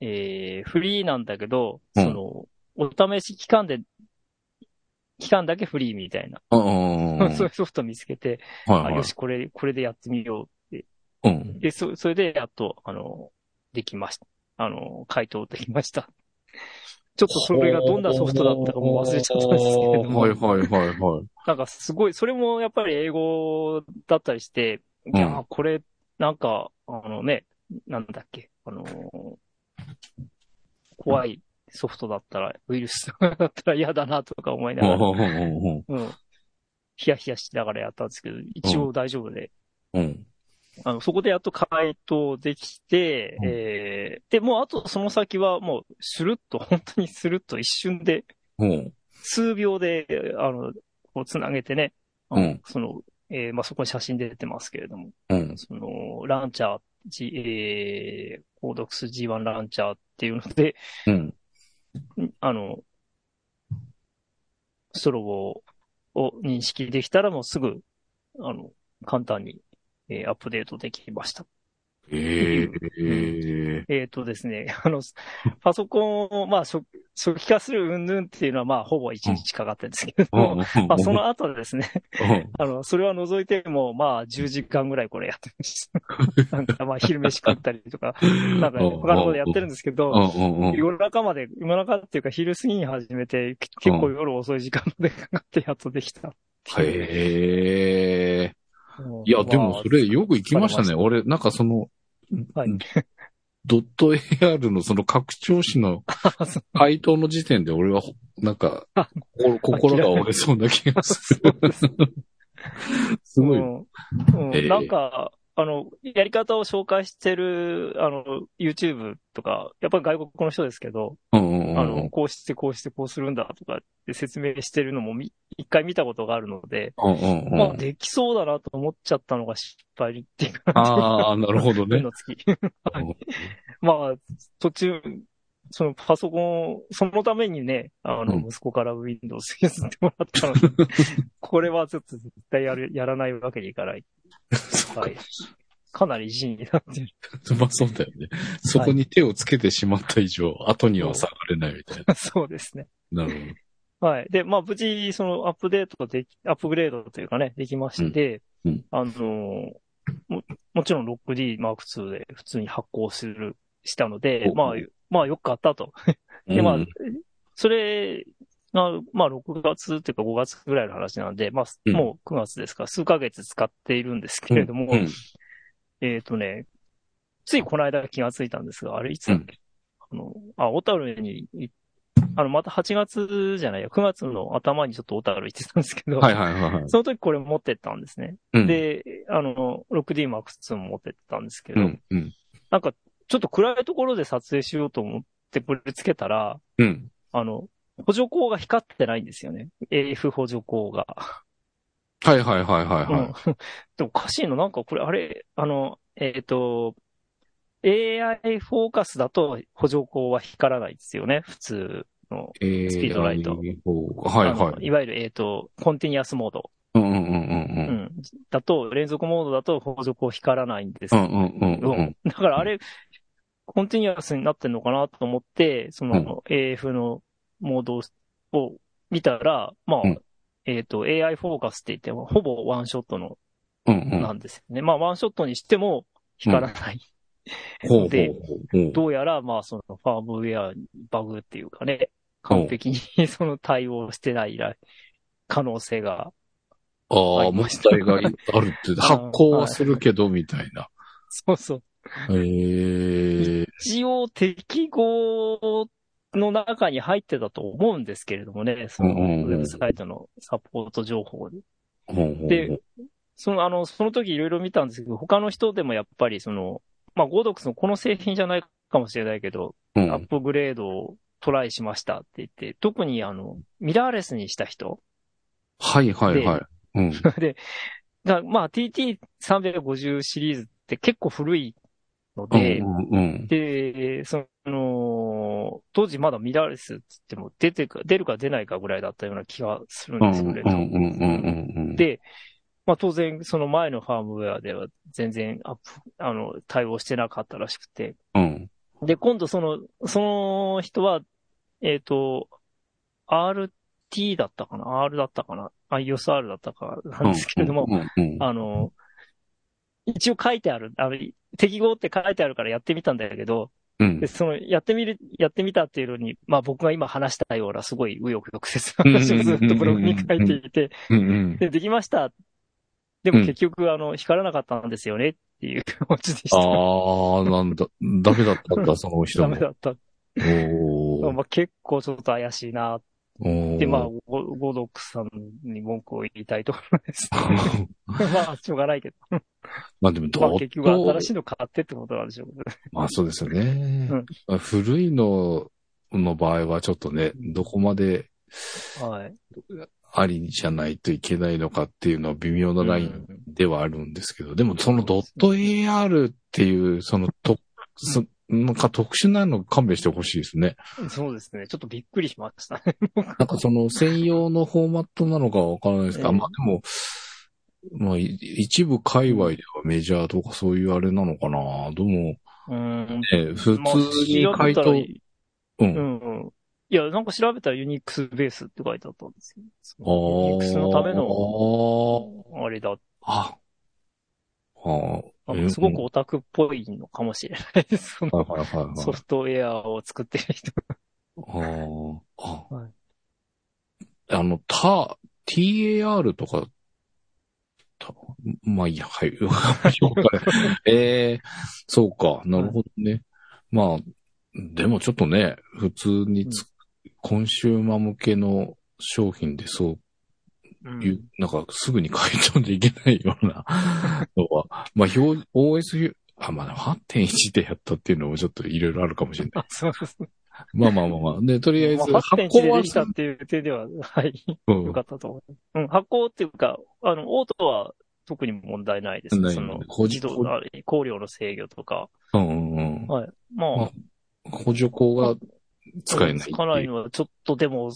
Speaker 2: えー、フリーなんだけど、
Speaker 3: うん
Speaker 2: その、お試し期間で、期間だけフリーみたいな、
Speaker 3: うんうんうんう ん。
Speaker 2: そういうソフト見つけて、
Speaker 3: はい
Speaker 2: あ
Speaker 3: はい
Speaker 2: よし、これ、これでやってみようって
Speaker 3: うん。
Speaker 2: で、そ、それで、やっと、あの、できました。あの、回答できました。ちょっとそれがどんなソフトだったかも忘れちゃったんですけれど
Speaker 3: はい
Speaker 2: も、
Speaker 3: はいはいはい。
Speaker 2: なんかすごい、それもやっぱり英語だったりして、
Speaker 3: うん
Speaker 2: いやー、これ、なんか、あのね、なんだっけ、あのー怖いソフトだったら、ウイルスとかだったら嫌だなとか思いながら、
Speaker 3: うんうん
Speaker 2: うん、ヒヤヒヤしながらやったんですけど、一応大丈夫で、
Speaker 3: うんうん。
Speaker 2: あの、そこでやっと回答できて、
Speaker 3: うん
Speaker 2: えー、で、もうあとその先はもう、スルッと、本当にスルッと一瞬で、
Speaker 3: うん。
Speaker 2: 数秒で、あの、こう繋げてね、あの
Speaker 3: うん
Speaker 2: その、えー、まあ、そこに写真出てますけれども、
Speaker 3: うん。
Speaker 2: その、ランチャー、G、えー、コードックス G1 ランチャーっていうので、
Speaker 3: うん。
Speaker 2: あの、ストロボを認識できたらもうすぐ、あの、簡単に、えーアップデートできました。
Speaker 3: ええ
Speaker 2: えっ、とですね、 あの、パソコンを、まあ、初初期化するうんぬんっていうのは、まあ、ほぼ1日かかったんですけれども、まあ、その後ですね、 あの、それは除いても、まあ、10時間ぐらいこれやってました。 なんか、まあ、昼飯食ったりとか、なんか、他のことやってるんですけど、夜中まで、夜中っていうか昼過ぎに始めて、結構夜遅い時間までかかってやっとできたっていう。
Speaker 3: へえ。いや、
Speaker 2: うん
Speaker 3: でもそれよく行きまし た
Speaker 2: 疲
Speaker 3: ね。
Speaker 2: れ
Speaker 3: 俺、なんかその、
Speaker 2: まはい。
Speaker 3: ドット AR のその拡張子の
Speaker 2: あそう
Speaker 3: 回答の時点で俺は、なんか
Speaker 2: あ、
Speaker 3: 心心が折れそうな気がする。すごい。
Speaker 2: うんうん
Speaker 3: ええ
Speaker 2: なんか、あの、やり方を紹介してる、あの、YouTube とか、やっぱり外国の人ですけど、
Speaker 3: うんうんうん
Speaker 2: あの、こうしてこうしてこうするんだとかって説明してるのもみ一回見たことがあるので、
Speaker 3: うんうんうん
Speaker 2: まあ、できそうだなと思っちゃったのが失敗っていうか、
Speaker 3: ああ、なるほど
Speaker 2: 運
Speaker 3: ね。
Speaker 2: の月。はい まあ、途中、そのパソコンを、そのためにね、あの、
Speaker 3: うん
Speaker 2: 息子から Windows 譲ってもらったの で、これはちょっと絶対やる、やらないわけにいかない。はい。かなり地になってる。
Speaker 3: まあそうだよね。そこに手をつけてしまった以上、後には下がれないみたい
Speaker 2: そうですね。
Speaker 3: な。なる
Speaker 2: はい。で、まあ、無事、そのアップデートでき、アップグレードというかね、できまして、
Speaker 3: うんうん
Speaker 2: あのも、もちろん 6D Mark II で普通に発行する、したので、
Speaker 3: お
Speaker 2: まあ、まあ、よく買ったと。
Speaker 3: ほど。
Speaker 2: で、まあ
Speaker 3: うん、
Speaker 2: それが、まあ、6月っていうか5月ぐらいの話なので、まあ、
Speaker 3: うん
Speaker 2: もう9月ですから、数ヶ月使っているんですけれども、
Speaker 3: うん
Speaker 2: えっ、とね、ついこの間気がついたんですが、あれいつだっけ、あの、あ、小樽にい、あの、また8月じゃないや、9月の頭にちょっと小樽行ってたんですけど、
Speaker 3: はいはいはいはい。
Speaker 2: その時これ持ってったんですね。
Speaker 3: うん、
Speaker 2: で、あの、6D Mark II も持ってったんですけ
Speaker 3: う
Speaker 2: ど、
Speaker 3: ん、うん、
Speaker 2: なんか、ちょっと暗いところで撮影しようと思ってぶりつけたら、
Speaker 3: うん。
Speaker 2: あの、補助光が光ってないんですよね。AF 補助光が。
Speaker 3: はいはいはいはい
Speaker 2: うん
Speaker 3: は
Speaker 2: でもおかしいの、なんかこれ、あれ、あの、えっ、と、AI フォーカスだと補助光は光らないですよね、普通の。
Speaker 3: い。え
Speaker 2: スピードライト
Speaker 3: はい
Speaker 2: あ
Speaker 3: は
Speaker 2: の
Speaker 3: い。
Speaker 2: いわゆる、えっ、と、コンティニュアスモード、
Speaker 3: うんうんうん
Speaker 2: う
Speaker 3: うん
Speaker 2: ん、だと、連続モードだと補助光光らないんです
Speaker 3: うん。う。んうんうんうんうん。
Speaker 2: だからあれ、コンティニュアスになってんのかなと思って、その AF のモードを見たら、まあ、
Speaker 3: うん
Speaker 2: えっ、と、AI フォーカスって言っても、ほぼワンショットの、
Speaker 3: うんうん。
Speaker 2: なんですよね。まあ、ワンショットにしても光らない。
Speaker 3: ほうほう
Speaker 2: で
Speaker 3: ほう。
Speaker 2: どうやら、まあ、そのファームウェアにバグっていうかね、完璧にその対応してないら可能性が、
Speaker 3: あ
Speaker 2: あ
Speaker 3: あ、
Speaker 2: り
Speaker 3: 問
Speaker 2: ました
Speaker 3: 題があ るって、発行はするけど、みたいな。
Speaker 2: そうそう。
Speaker 3: へえ。
Speaker 2: 一応適合の中に入ってたと思うんですけれどもね、その
Speaker 3: う
Speaker 2: ウ
Speaker 3: んうんうん
Speaker 2: ェブサイトのサポート情報で。
Speaker 3: ほうほうほう
Speaker 2: で、その、あの、その時いろいろ見たんですけど、他の人でもやっぱりその、まあ、ゴードックスのこの製品じゃないかもしれないけど、
Speaker 3: うん
Speaker 2: アップグレードをトライしましたって言って、特にあの、ミラーレスにした人
Speaker 3: はいはいはい。うん。
Speaker 2: で、がまあ、TT350 シリーズって結構古いので、
Speaker 3: うんうん
Speaker 2: で、その、当時まだミラーレスって言っても出てか、出るか出ないかぐらいだったような気がするん
Speaker 3: うん。
Speaker 2: ですよね。
Speaker 3: うんうんうんうんうん。
Speaker 2: で、まあ当然その前のファームウェアでは全然アップ、あの、対応してなかったらしくて。
Speaker 3: うん。
Speaker 2: で、今度その、その人は、えっ、と、RT だったかな ?R だったかな ?IOSR だったかなんですけれども、
Speaker 3: うんうん
Speaker 2: あの、一応書いてある、あの、適合って書いてあるからやってみたんだけど、
Speaker 3: うん
Speaker 2: で、。その、やってみる、やってみたっていうのに、まあ僕が今話したような、すごい右翼曲折 の話をずっとブログに書いていて、
Speaker 3: うんうん。
Speaker 2: で、できました。でも結局、あの、光らなかったんですよねっていう オチでした。
Speaker 3: ああ、なんだ、ダメだったんだ、その人
Speaker 2: ダ
Speaker 3: も
Speaker 2: メ。だった。
Speaker 3: おー
Speaker 2: まあ結構ちょっと怪しいな。
Speaker 3: お
Speaker 2: で、まあ、
Speaker 3: ー。
Speaker 2: ゴゴドックさんに文句を言いたいところです。まあ、しょうがないけど。
Speaker 3: まあでも、
Speaker 2: まあ
Speaker 3: どう
Speaker 2: 結局新しいの買ってってことなんでしょうけど。
Speaker 3: まあそうですよね。古いのの場合はちょっとね、どこまで
Speaker 2: はい。
Speaker 3: ありじゃないといけないのかっていうのは微妙なライン
Speaker 2: うん
Speaker 3: ではあるんですけど、でもそのドット AR っていう、そのと、そなんか特殊なの勘弁してほしいですね。
Speaker 2: そうですね。ちょっとびっくりしましたね。
Speaker 3: なんかその専用のフォーマットなのかわからないですが、
Speaker 2: ええ
Speaker 3: まあでも、まあ、い一部界隈ではメジャーとかそういうあれなのかなどうも、
Speaker 2: うん。
Speaker 3: えー普
Speaker 2: まあ
Speaker 3: 通に回答、
Speaker 2: 調べたら
Speaker 3: う。
Speaker 2: うんんうん。いや、なんか調べたらユニックスベースって書いてあったんですよ。そ
Speaker 3: あー
Speaker 2: のユニックスのための、
Speaker 3: の。
Speaker 2: あれだ。
Speaker 3: ああ。ああ
Speaker 2: あ
Speaker 3: え
Speaker 2: のすごくオタクっぽいのかもしれないです。その
Speaker 3: はいはいはいはい。
Speaker 2: ソフトウェアを作ってる人。
Speaker 3: ああ。
Speaker 2: はい
Speaker 3: あの、た、TAR とか、たまあいいや、はい。わかりました ええそうか。なるほどね。まあ、でもちょっとね、普通につ、コンシューマー向けの商品でそう
Speaker 2: うん
Speaker 3: いう、なんかすぐに回答できないよ うなのは、まあ、表、OS、あ、まあ、8.1でやったっていうのもちょっといろいろあるかもしれない。
Speaker 2: あそうそうそう
Speaker 3: まあまあまあまあ。で、とりあえず、
Speaker 2: まあ
Speaker 3: 発
Speaker 2: 8.1
Speaker 3: 行
Speaker 2: で
Speaker 3: は
Speaker 2: できたっていう手では、はい、
Speaker 3: うん
Speaker 2: よかったと思う。うん、発行っていうか、あの、オートは特に問題ないですね。
Speaker 3: ない
Speaker 2: そ
Speaker 3: よね
Speaker 2: の、
Speaker 3: 個
Speaker 2: 自
Speaker 3: 人
Speaker 2: 動、あれ、考慮の制御とか。
Speaker 3: うんうんうん。
Speaker 2: はい。まあ
Speaker 3: あ、補助項が使えない。
Speaker 2: 使えないのは、ちょっとでも、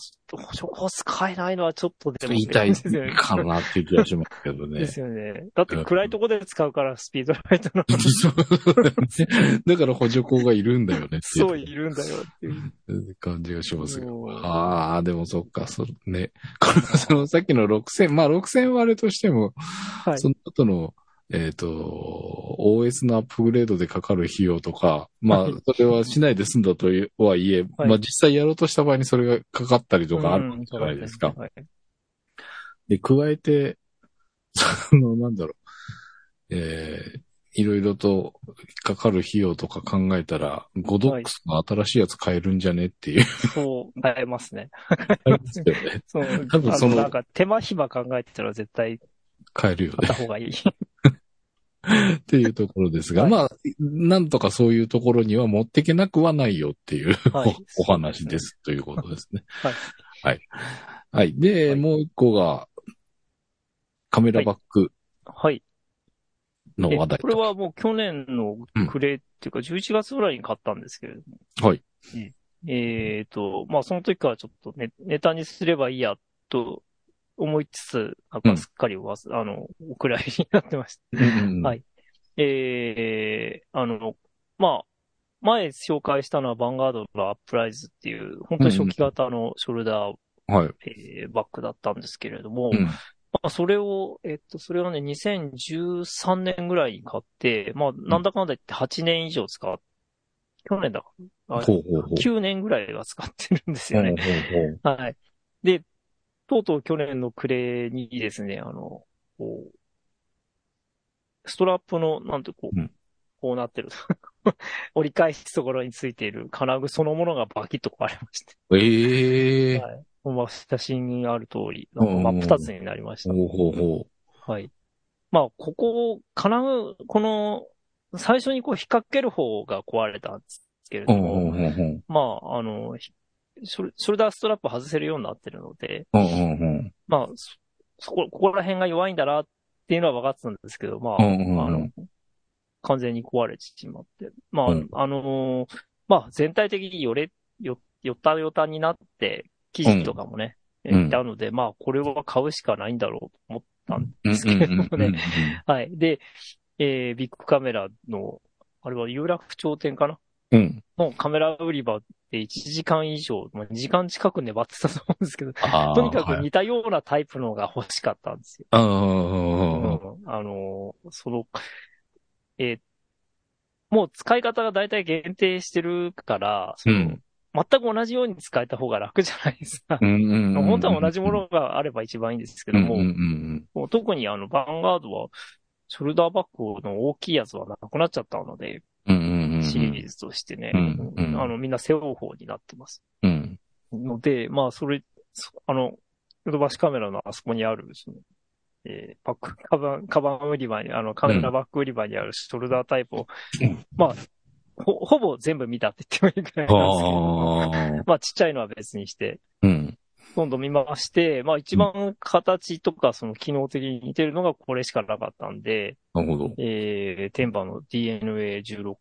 Speaker 2: 情報使えないのはちょっとでも。
Speaker 3: 言いたい
Speaker 2: ですよね。
Speaker 3: かなっていう気がしますけどね。
Speaker 2: ですよね。だって暗いとこで使うから、スピードライトの。
Speaker 3: そうだねだから補助項がいるんだよねっていう。
Speaker 2: そういるんだよっていう。
Speaker 3: 感じがしますが。
Speaker 2: そう
Speaker 3: ああ、でもそっか、そね。この、そのさっきの6000、まあ6000割れとしても、
Speaker 2: はい
Speaker 3: そ。の後の、えっ、と、OS のアップグレードでかかる費用とか、まあ
Speaker 2: はい、
Speaker 3: それはしないで済んだとはいえ、
Speaker 2: はい
Speaker 3: まあ実際やろうとした場合にそれがかかったりとかある
Speaker 2: うん
Speaker 3: じゃないですか。
Speaker 2: はい
Speaker 3: で、加えて、 その、なんだろう、えーいろいろとかかる費用とか考えたら、ゴドックスの新しいやつ買えるんじゃねっていう、
Speaker 2: そう、変えますね。
Speaker 3: ありますよね
Speaker 2: その
Speaker 3: 多分その
Speaker 2: あなんか手間暇考えてたら絶対
Speaker 3: 買えるよ
Speaker 2: 買っ
Speaker 3: ね
Speaker 2: た方がいい。
Speaker 3: っていうところですが、
Speaker 2: はい
Speaker 3: まあ、なんとかそういうところには持ってけなくはないよっていう
Speaker 2: はい
Speaker 3: おお話ですということですね。
Speaker 2: はい。
Speaker 3: はい。はい。で、
Speaker 2: はい
Speaker 3: もう一個が、カメラバック
Speaker 2: はい。
Speaker 3: の話
Speaker 2: え
Speaker 3: 題
Speaker 2: これはもう去年の暮れっていうか、11月ぐらいに買ったんですけれども。
Speaker 3: はい。
Speaker 2: えっ、と、まあその時からちょっとネネタにすればいいやと思いつつ、なん
Speaker 3: うん
Speaker 2: かすっかりわす、あの、お蔵入りになってました。
Speaker 3: うんうん
Speaker 2: はいえー、あの、まあ、前紹介したのはバンガードのアップライズっていう、本当に初期型のショルダー、
Speaker 3: はい。
Speaker 2: えーバッグだったんですけれども、
Speaker 3: うん
Speaker 2: まあ、それを、えっと、それをね、2013年ぐらいに買って、まあ、なんだかんだ言って8年以上使っ、去年だから、あ
Speaker 3: ほうほうほう。
Speaker 2: 9年ぐらいは使ってるんですよね。
Speaker 3: ほうほうほう
Speaker 2: はい。で、とうとう去年の暮れにですね、あの、こう、ストラップの、なんてこう、
Speaker 3: うん
Speaker 2: こうなってる。 折り返すところについている金具そのものがバキッと壊れまして。
Speaker 3: ええ
Speaker 2: はい。まあ、写真にある通り、なんか
Speaker 3: うんうんうん
Speaker 2: 真っ二つになりました。
Speaker 3: ほうほうほ
Speaker 2: はい。まあ、ここ、金具、この、最初にこう引っ掛ける方が壊れたんですけれ
Speaker 3: う。う
Speaker 2: ど
Speaker 3: ん
Speaker 2: も、
Speaker 3: うんうんうん。
Speaker 2: まあ、あの、ひショルショルダーストラップ外せるようになってるので、
Speaker 3: うんうんうん。
Speaker 2: まあ、そそこ、ここら辺が弱いんだなっていうのは分かってたんですけど、まあ、
Speaker 3: うんうんうん
Speaker 2: あの、完全に壊れてしまって、まあ、
Speaker 3: うん
Speaker 2: あのーまあ、全体的によれ、よ、よたよたになって、記事とかもね、
Speaker 3: うんうん
Speaker 2: いたので、まあ、これは買うしかないんだろうと思ったん
Speaker 3: うん
Speaker 2: ですけれどもね、
Speaker 3: うんうんうん
Speaker 2: はい。で、えービッグカメラの、あれは有楽町店かな
Speaker 3: うん。うん。
Speaker 2: のカメラ売り場で1時間以上、まあ、2時間近く粘ってたと思うんですけど、
Speaker 3: あー
Speaker 2: とにかく
Speaker 3: はい
Speaker 2: 似たようなタイプのが欲しかったんですよ。
Speaker 3: うんうんうんうん
Speaker 2: うんあのー、その、えーもう使い方が大体限定してるから、その
Speaker 3: うん
Speaker 2: 全く同じように使えた方が楽じゃないですか。
Speaker 3: うんうんうん。
Speaker 2: 本当は同じものがあれば一番いいんですけども、
Speaker 3: うんうんうん
Speaker 2: もう特にあの、バンガードは、ショルダーバッグの大きいやつはなくなっちゃったので、
Speaker 3: うん。うんうんうんうん。
Speaker 2: シリーズとしてね、
Speaker 3: うんうん
Speaker 2: あの、みんな背負う方になってます。
Speaker 3: うん。
Speaker 2: ので、まあ、それ、そあの、ヨドバシカメラのあそこにある、その、えーバック、カバン、カバン売り場に、あの、カメラバッグ売り場にあるショルダータイプを、
Speaker 3: うん
Speaker 2: まあ、ほ、ほぼ全部見たって言ってもいいくらいなんですけど、
Speaker 3: ああ。
Speaker 2: まあ、ちっちゃいのは別にして、
Speaker 3: うん。
Speaker 2: どんどん見回して、まあ一番形とかその機能的に似てるのがこれしかなかったんで、
Speaker 3: なるほど。
Speaker 2: えー、テンバの DNA16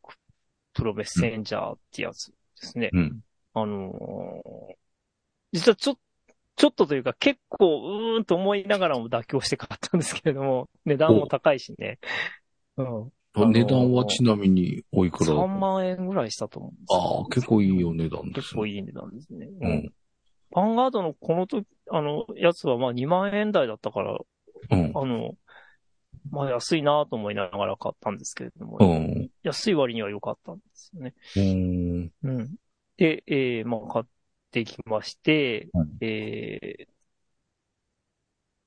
Speaker 2: プロメッセンジャーってやつですね。
Speaker 3: うん。
Speaker 2: あのー実はちょっちょっとというか結構、うーんと思いながらも妥協して買ったんですけれども、値段も高いしね。うん。あの
Speaker 3: 値段はちなみにおいくら
Speaker 2: 3万円ぐらいしたと思うんですよ
Speaker 3: ああ、結構いいお値段で
Speaker 2: 結
Speaker 3: す
Speaker 2: 構
Speaker 3: ね。
Speaker 2: いい値段ですね。
Speaker 3: う。ん。
Speaker 2: ヴァンガードのこの時、あの、やつはまあ2万円台だったから、
Speaker 3: うん。
Speaker 2: あの、まあ安いなと思いながら買ったんですけれども、
Speaker 3: うん。
Speaker 2: 安い割には良かったんですよね。
Speaker 3: うん。
Speaker 2: うん。で、えー、まあ買ってきまして、
Speaker 3: はい
Speaker 2: えー、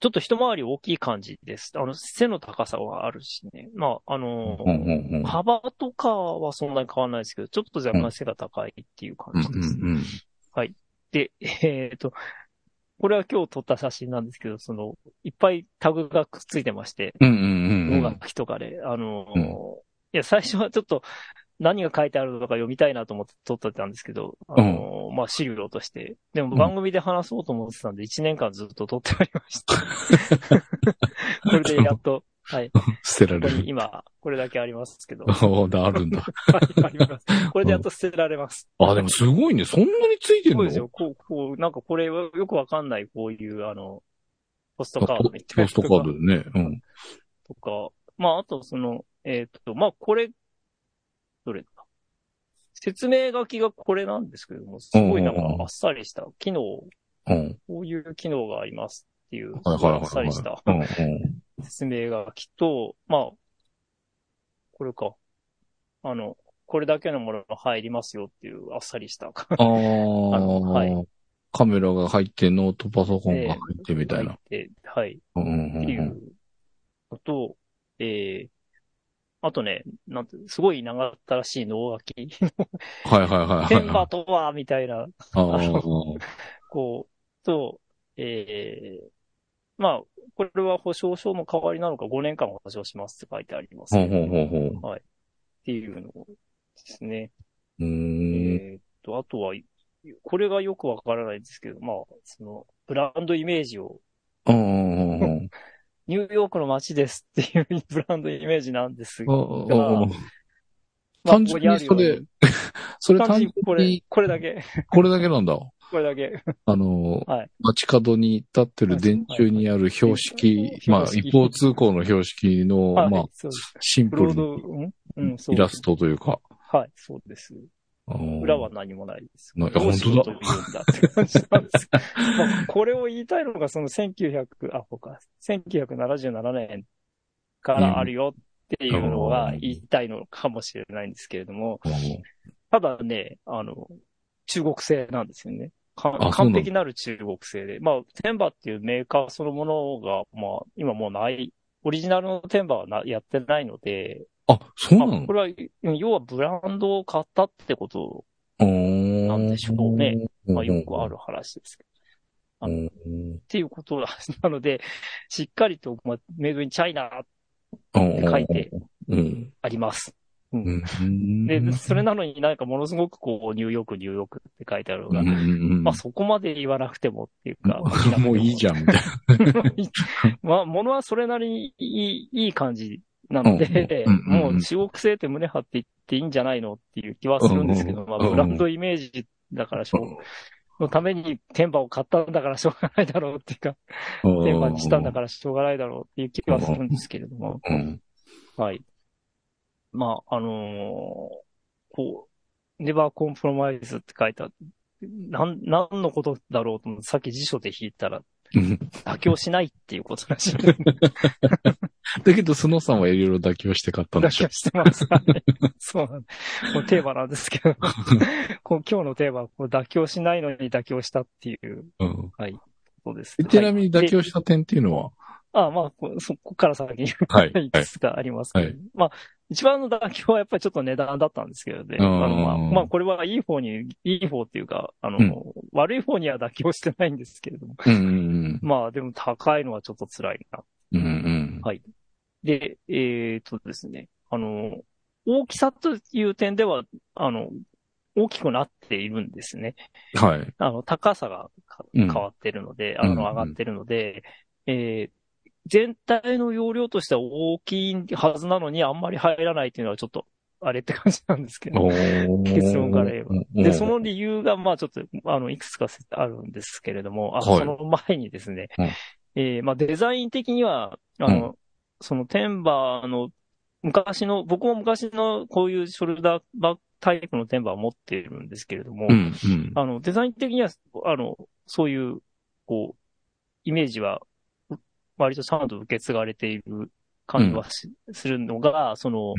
Speaker 2: ちょっと一回り大きい感じです。あの、背の高さはあるしね。まあ、あのー
Speaker 3: うん。うん。
Speaker 2: 幅とかはそんなに変わらないですけど、ちょっと若干背が高いっていう
Speaker 3: う
Speaker 2: 感
Speaker 3: ん
Speaker 2: じです。
Speaker 3: うん。
Speaker 2: で、えっ、と、これは今日撮った写真なんですけど、その、いっぱいタグがくっついてまして、
Speaker 3: うん。うん。うん。う
Speaker 2: 音
Speaker 3: ん。
Speaker 2: 楽とかで、あのー
Speaker 3: うん
Speaker 2: いや、最初はちょっと何が書いてあるのか読みたいなと思って撮ってたんですけど、あのーまあ、資料として。でも番組で話そうと思ってたんで、1年間ずっと撮ってありま した。これでやっと、はい、こ
Speaker 3: 捨てら
Speaker 2: こ
Speaker 3: れ
Speaker 2: に
Speaker 3: る。
Speaker 2: 今、これだけあります けど、は
Speaker 3: ああ、あるんだ。
Speaker 2: いありますこれでやっと捨てられます。
Speaker 3: あ、でもすごいね。そんなについて
Speaker 2: す
Speaker 3: る
Speaker 2: ごい
Speaker 3: の
Speaker 2: ですよ。こう、こう、なんかこれはよくわかんない、こういう、あの、ポストカードみたい
Speaker 3: ポ
Speaker 2: な。
Speaker 3: ストカードでね。うん。
Speaker 2: とか、まあ、あとその、えっ、と、まあ、これ、どれだ説明書きがこれなんですけども、すごいなんか
Speaker 3: うんうんうん
Speaker 2: あっさりした機能、こ
Speaker 3: うん。
Speaker 2: ういう機能がありますっていう、
Speaker 3: はいはいはいはい
Speaker 2: あっさりした
Speaker 3: うん。うん。
Speaker 2: 説明書きと、まあ、これか。あの、これだけのものが入りますよっていうあっさりした感
Speaker 3: あ
Speaker 2: あのは
Speaker 3: あ
Speaker 2: い。
Speaker 3: カメラが入って、ノートパソコ
Speaker 2: じ
Speaker 3: ン
Speaker 2: で
Speaker 3: が入ってみたいな
Speaker 2: 入。ってはい。
Speaker 3: うんう
Speaker 2: って
Speaker 3: んう
Speaker 2: い
Speaker 3: ん
Speaker 2: うのと、えー、あとね、なんて、すごい長ったらしい脳書き。
Speaker 3: はいはいはい
Speaker 2: テ
Speaker 3: はい
Speaker 2: ン。パとは、みたいな、
Speaker 3: ああ
Speaker 2: あこう、と、えー、まあ、これは保証書の代わりなのか5年間保証しますって書いてありますけ
Speaker 3: ほ
Speaker 2: ど。
Speaker 3: うほうほうほう。
Speaker 2: っていうのですね。
Speaker 3: う
Speaker 2: え
Speaker 3: ーん。
Speaker 2: ーっと、あとは、これがよくわからないんですけど、まあ、その、ブランドイメージを、
Speaker 3: うんうんうんうん。
Speaker 2: ニューヨークの街ですっていうブランドイメージなんです
Speaker 3: あ
Speaker 2: が、
Speaker 3: あ
Speaker 2: ま
Speaker 3: あ
Speaker 2: あ
Speaker 3: 単純にそれ
Speaker 2: ここあるように
Speaker 3: それ
Speaker 2: 単
Speaker 3: 単
Speaker 2: 純
Speaker 3: 純
Speaker 2: にこれ
Speaker 3: に、、
Speaker 2: これだけ、
Speaker 3: これだけなんだ。
Speaker 2: これだけ。
Speaker 3: あの、
Speaker 2: はい
Speaker 3: 街角に立ってる電柱にある標識、ま
Speaker 2: 標
Speaker 3: あ、
Speaker 2: 識
Speaker 3: 一方通行の標識の、
Speaker 2: はい
Speaker 3: まあ、
Speaker 2: そうです。
Speaker 3: シンプ
Speaker 2: ロー
Speaker 3: ル
Speaker 2: ド、
Speaker 3: な
Speaker 2: うんうん、そう
Speaker 3: イラストというか。
Speaker 2: はい、そうです。
Speaker 3: うん
Speaker 2: 裏は何もないです。
Speaker 3: な
Speaker 2: どうしようと
Speaker 3: 本
Speaker 2: いうんだって感じなんですけど まあこれを言いたいのが、その1900、あ、ほか、1977年からあるよっていうのが言いたいのかもしれないんですけれども、ただね、あの、中国製なんですよね。か
Speaker 3: あそうな
Speaker 2: 完
Speaker 3: の
Speaker 2: 璧なる中国製で。まあ、テンバっていうメーカーそのものが、まあ、今もうない、オリジナルのテンバはなやってないので、
Speaker 3: あ、そうな
Speaker 2: まあ
Speaker 3: の
Speaker 2: これは、うん要はブランドを買ったってこと
Speaker 3: なん
Speaker 2: でしょうね。まあ、よくあ
Speaker 3: る。
Speaker 2: る話ですけど。あ
Speaker 3: う
Speaker 2: のっ
Speaker 3: ん
Speaker 2: ていうことななので、しっかりと、まあ、メイドインチャイナって書いて。
Speaker 3: うん。
Speaker 2: あります。
Speaker 3: うん
Speaker 2: で、それなのになんかものすごくこう、ニューヨーク、ニューヨークって書いてあるのが、まあそこまで言わなくてもっていうか、
Speaker 3: もういいじ
Speaker 2: ゃ
Speaker 3: ゃん、みたいな。
Speaker 2: ん。 まあ、ものはそれなりにいい、いい感じなので、
Speaker 3: うんうんうんうん
Speaker 2: もう中国製って胸張って言っていいんじゃないのっていう気はするんですけど、
Speaker 3: うん
Speaker 2: まあ
Speaker 3: うん
Speaker 2: ブランドイメージだからしょう、のためにテンパを買ったんだからしょうがないだろうっていうか、テーマにしたんだからしょうがないだろうっていう気はするんですけれども、
Speaker 3: ら。うん。
Speaker 2: はい。まあ、あのーこう、never compromise って書いてあって、なん、なんのことだろうと思って、さっき辞書で引いたら、妥協しないっていうことら しい。妥
Speaker 3: だけど、スノさんはいろいろ妥協して買ったん
Speaker 2: 協
Speaker 3: でしょ。
Speaker 2: してます。はいそうなんです。もうテーマなんですけ ど、こう今日のテーマは、こう妥協しないのに妥協したっていう
Speaker 3: うん
Speaker 2: ことです。
Speaker 3: ちなみに妥協
Speaker 2: はい
Speaker 3: した点っていうのは、
Speaker 2: であ、まあ、こそこから先に
Speaker 3: はい。
Speaker 2: いくつかありますけど、
Speaker 3: はい
Speaker 2: まあ、一番の妥協はやっぱりちょっと値段だったんですけどね。
Speaker 3: う
Speaker 2: あ
Speaker 3: ん
Speaker 2: のまあ、まあ、これはいい方に、いい方っていうか、あの、
Speaker 3: うん
Speaker 2: 悪い方には妥協してないんですけれども。
Speaker 3: うん
Speaker 2: まあ、でも高いのはちょっと辛いな。
Speaker 3: うんうん。うん
Speaker 2: で、えっ、とですね、あの、大きさという点では、あの、大きくなっているんですね。
Speaker 3: うん。はい。
Speaker 2: あの、高さがか
Speaker 3: うん
Speaker 2: 変わってるので、
Speaker 3: ん
Speaker 2: あ
Speaker 3: うん
Speaker 2: の、上がってるので、えー全体の容量としては大きいはずなのに、あんまり入らないっていうのはちょっとあれって感じなんですけど。
Speaker 3: おー
Speaker 2: 結論から言えば
Speaker 3: うん
Speaker 2: で、その理由が、まあちょっと、あの、いくつかあるんですけれども、あ、
Speaker 3: はい
Speaker 2: その前にですね、
Speaker 3: うん
Speaker 2: えーまあデザイン的には、あの、そのテンバーの、昔の、僕も昔のこういうショルダーバッグタイプのテンバーを持っているんですけれども、
Speaker 3: うん、うん。
Speaker 2: あの、デザイン的には、あの、そういう、こう、イメージは、割とちゃんと受け継がれている感じはしするのが、その、
Speaker 3: うん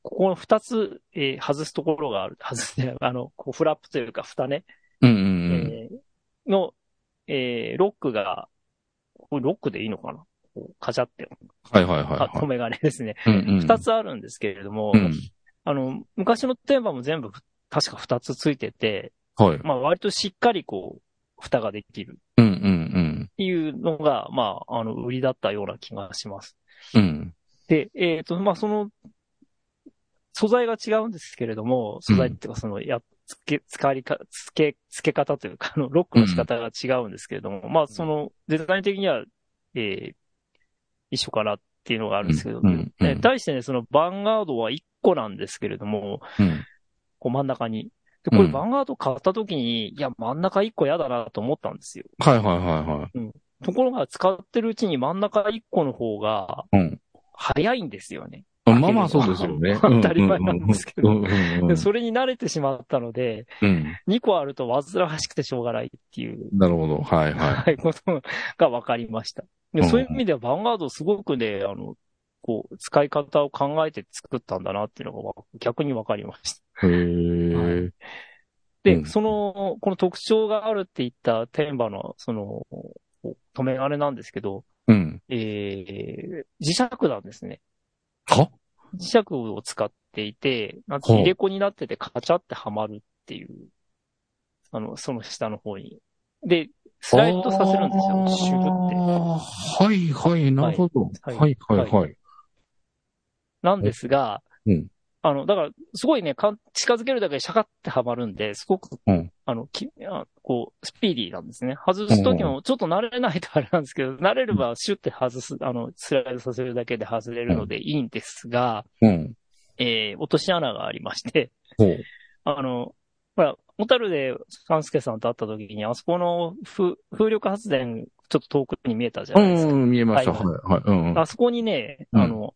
Speaker 2: ここの二つ、えー外すところがある、外すね、あの、こうフラップというか蓋ね、
Speaker 3: うん、うん
Speaker 2: えーの、えーロックが、これロックでいいのかなこうカチャって、
Speaker 3: はいはいはい
Speaker 2: あ、
Speaker 3: は
Speaker 2: 留め金ですね。
Speaker 3: い。うんうん
Speaker 2: 二、つあるんですけれども、
Speaker 3: うん。
Speaker 2: あの、昔のテーマも全部、確か二つついてて、
Speaker 3: はい。
Speaker 2: まあ割としっかりこう、蓋ができる
Speaker 3: うん、うん、
Speaker 2: っていうのが、まあ、あの、売りだったような気がします。
Speaker 3: うん。うん。
Speaker 2: で、えっ、と、まあその、素材が違うんですけれども、素材っていうかその、や、付け、使いか、付け、付け方というか、あの、ロックの仕方が違うんですけれども、まあその、デザイン的には、えー一緒かなっていうのがあるんですけど、
Speaker 3: うんうんうん
Speaker 2: ね対してね、その、バンガードは一個なんですけれども、
Speaker 3: うん。
Speaker 2: こう真ん中に。で、こ
Speaker 3: う
Speaker 2: れ
Speaker 3: ん
Speaker 2: バンガード買った時に、いや、真ん中1個嫌だなと思ったんですよ。
Speaker 3: はいはいは
Speaker 2: ところが、使ってるうちに真ん中1個の方が、
Speaker 3: いはい。うん。
Speaker 2: 早いんですよね。
Speaker 3: まあまあそうですよね。
Speaker 2: 当たり前なんですけど
Speaker 3: うんうんうんう
Speaker 2: で、
Speaker 3: ん
Speaker 2: それに慣れてしまったので、
Speaker 3: うん。
Speaker 2: 2個あると煩わしくてしょうがないっていう、
Speaker 3: なるほど。はいは
Speaker 2: はい、ことが分かりました。で
Speaker 3: うん
Speaker 2: そういう意味では、バンガードすごくね、あの、こう、使い方を考えて作ったんだなっていうのがわ逆に分かりました。
Speaker 3: い。へえ。
Speaker 2: で、
Speaker 3: うん
Speaker 2: その、この特徴があるって言ったテンバの、その、留め金なんですけど、
Speaker 3: うん。
Speaker 2: えー、磁石なんですね。
Speaker 3: は
Speaker 2: 磁石を使っていて、なんか
Speaker 3: ほう
Speaker 2: 入れ子になっててカチャってはまるっていう、あの、その下の方に。で、スライドさせるんですよ、シュルって。
Speaker 3: って。はいはい、なるほど。は
Speaker 2: はいい
Speaker 3: はいはい。
Speaker 2: なんですが、
Speaker 3: うん
Speaker 2: あの、だから、すごいね、かん近づけるだけでシャカってはまるんで、すごく、
Speaker 3: うん
Speaker 2: あの、きあこう、スピーディーなんですね。外すときも、ちょっと慣れないとあれなんですけど、慣れればシュッて外す、あの、スライドさせるだけで外れるのでいいんですが、
Speaker 3: うん。
Speaker 2: えー、落とし穴がありまして、
Speaker 3: ほう。
Speaker 2: あの、ほら、小樽で三助さんと会ったときに、あそこの風風力発電、ちょっと遠くに見えたじゃ
Speaker 3: う
Speaker 2: ないですか。
Speaker 3: ん、見えました。は
Speaker 2: はいい
Speaker 3: はい。うん。
Speaker 2: あそこにね、
Speaker 3: うん
Speaker 2: あの、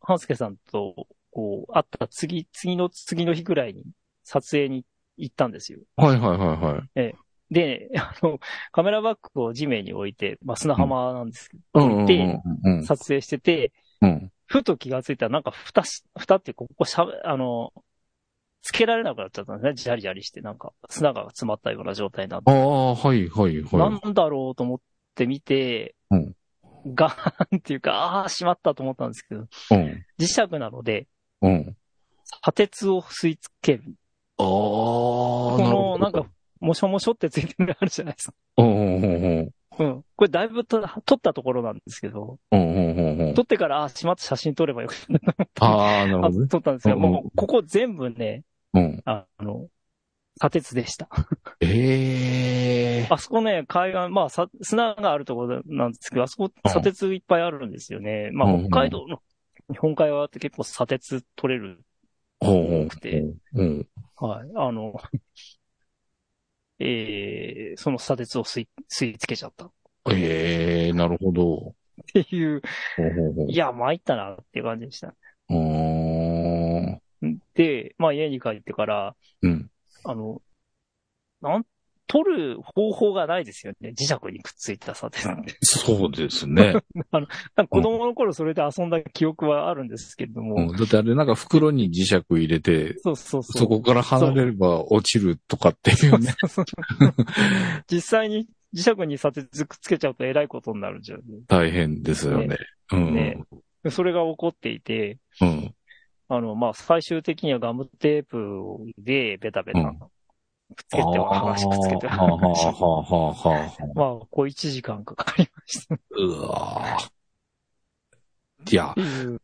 Speaker 2: 半助さんと、こう、会った次、次の次の日ぐらいに撮影に行ったんですよ。
Speaker 3: はいはいはいはい。
Speaker 2: で、あの、カメラバッグを地面に置いて、まあ砂浜なんですけ
Speaker 3: う
Speaker 2: ど、
Speaker 3: んうん
Speaker 2: 置いて、
Speaker 3: うん
Speaker 2: 撮影してて、
Speaker 3: うん。
Speaker 2: ふと気がついたら、なんか蓋し、蓋ってここしゃべ、あの、つけられなくなっちゃったんですね。ジャリジャリして、なんか砂が詰まったような状態になって
Speaker 3: ああ、はいはいはい。
Speaker 2: なんだろうと思って見て、
Speaker 3: うん
Speaker 2: ガーンっていうか、ああ、しまったと思ったんですけど、
Speaker 3: うん。
Speaker 2: 磁石なので、
Speaker 3: うん。
Speaker 2: 砂鉄を吸い付ける。
Speaker 3: ああ、
Speaker 2: この、なんか、、もしょもしょってついてるのあるじゃないですか。
Speaker 3: うんうんうん
Speaker 2: うん。これだいぶと撮ったところなんですけど、
Speaker 3: うん。うんうんうんうん
Speaker 2: 撮。ってから、あ、しまって写真撮ればよかっ
Speaker 3: ああ、なる
Speaker 2: た
Speaker 3: ほどね。
Speaker 2: 撮ったんですけど、
Speaker 3: うん
Speaker 2: もう、ここ全部ね、
Speaker 3: うん。
Speaker 2: あの、砂鉄でした。
Speaker 3: ええ。
Speaker 2: あそこね、海岸、まあ、さ砂があるところなんですけど、あそこ砂鉄いっぱいあるんですよね。まあ
Speaker 3: うん、
Speaker 2: 北海道の日本海側って結構砂鉄取れる。
Speaker 3: ほうほう
Speaker 2: 多くて。
Speaker 3: うん。
Speaker 2: はい。あの、えー、その砂鉄を吸い、吸い付けちゃった。
Speaker 3: ええ、なるほど。ほ
Speaker 2: っていう、
Speaker 3: うほうほう
Speaker 2: いや、参ったなっていう感じでした。
Speaker 3: うーん。
Speaker 2: で、まあ家に帰ってから、
Speaker 3: うん。
Speaker 2: あの、なん、取る方法がないですよね。磁石にくっついた砂鉄なん て。
Speaker 3: そうですね。
Speaker 2: なんか子供の頃それで遊んだ記憶はあるんですけれども、
Speaker 3: うんだってあれなんか袋に磁石入れて、
Speaker 2: そうそうそう。
Speaker 3: そこから離れれば落ちるとかっていうね。
Speaker 2: そうそう実際に磁石に砂鉄くっつけちゃうとえらいことになるんじゃん
Speaker 3: 大変ですよね
Speaker 2: ね。
Speaker 3: うん。
Speaker 2: ねで。それが起こっていて、
Speaker 3: うん。
Speaker 2: あの、まあ、最終的にはガムテープでベタベタ、
Speaker 3: うん
Speaker 2: くっつけては剥がし、くっつけて
Speaker 3: は
Speaker 2: は
Speaker 3: あは
Speaker 2: 剥がし
Speaker 3: あはあはあはあ。
Speaker 2: まあ、こう1時間かかりましたっ
Speaker 3: うわーいや、
Speaker 2: ていう。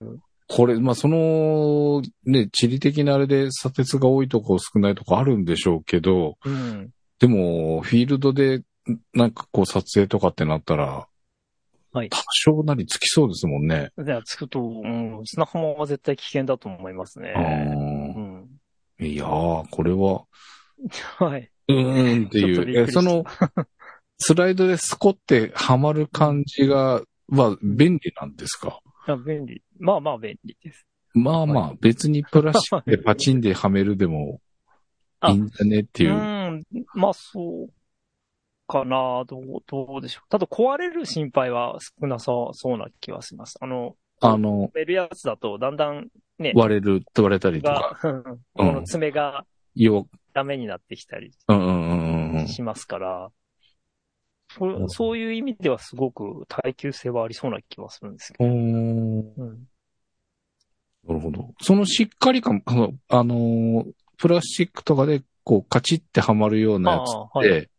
Speaker 3: これ、まあ、その、ね、地理的なあれで砂鉄が多いとこ少ないとこあるんでしょうけど、
Speaker 2: うん。
Speaker 3: でも、フィールドで、んなんかこう撮影とかってなったら、
Speaker 2: はい
Speaker 3: 多少なりつきそうですもんね。
Speaker 2: じゃあ、つくと、うん、砂浜は絶対危険だと思います
Speaker 3: うー
Speaker 2: ね。
Speaker 3: んいやー、これは、
Speaker 2: はい。
Speaker 3: うーんってい
Speaker 2: ちょっとびっく
Speaker 3: う。
Speaker 2: り
Speaker 3: え
Speaker 2: した
Speaker 3: その、スライドでスコってはまる感じが、は便利なんですか
Speaker 2: あ便利。まあまあ便利です。
Speaker 3: まあまあ、別にプラスチックでパチンではめるでも
Speaker 2: あ
Speaker 3: いいんじゃねっていうう。
Speaker 2: ん。まあそうかな。どう、どうでしょう。ただ壊れる心配は少なさそうな気はします。あの、
Speaker 3: あの、
Speaker 2: メルやつだとだんだんね、
Speaker 3: 割れる、割れたりと
Speaker 2: が
Speaker 3: か、、
Speaker 2: この爪が
Speaker 3: よ、
Speaker 2: ダメになってきたり
Speaker 3: うんうんうんうん。
Speaker 2: しますから、
Speaker 3: うん
Speaker 2: そそういう意味ではすごく耐久性はありそうな気はするんですけ
Speaker 3: うーん
Speaker 2: ど。うん、
Speaker 3: なるほど。そのしっかり感、あの、あのープラスチックとかで、こう、カチッてはまるようなやつ
Speaker 2: ああ、は
Speaker 3: で、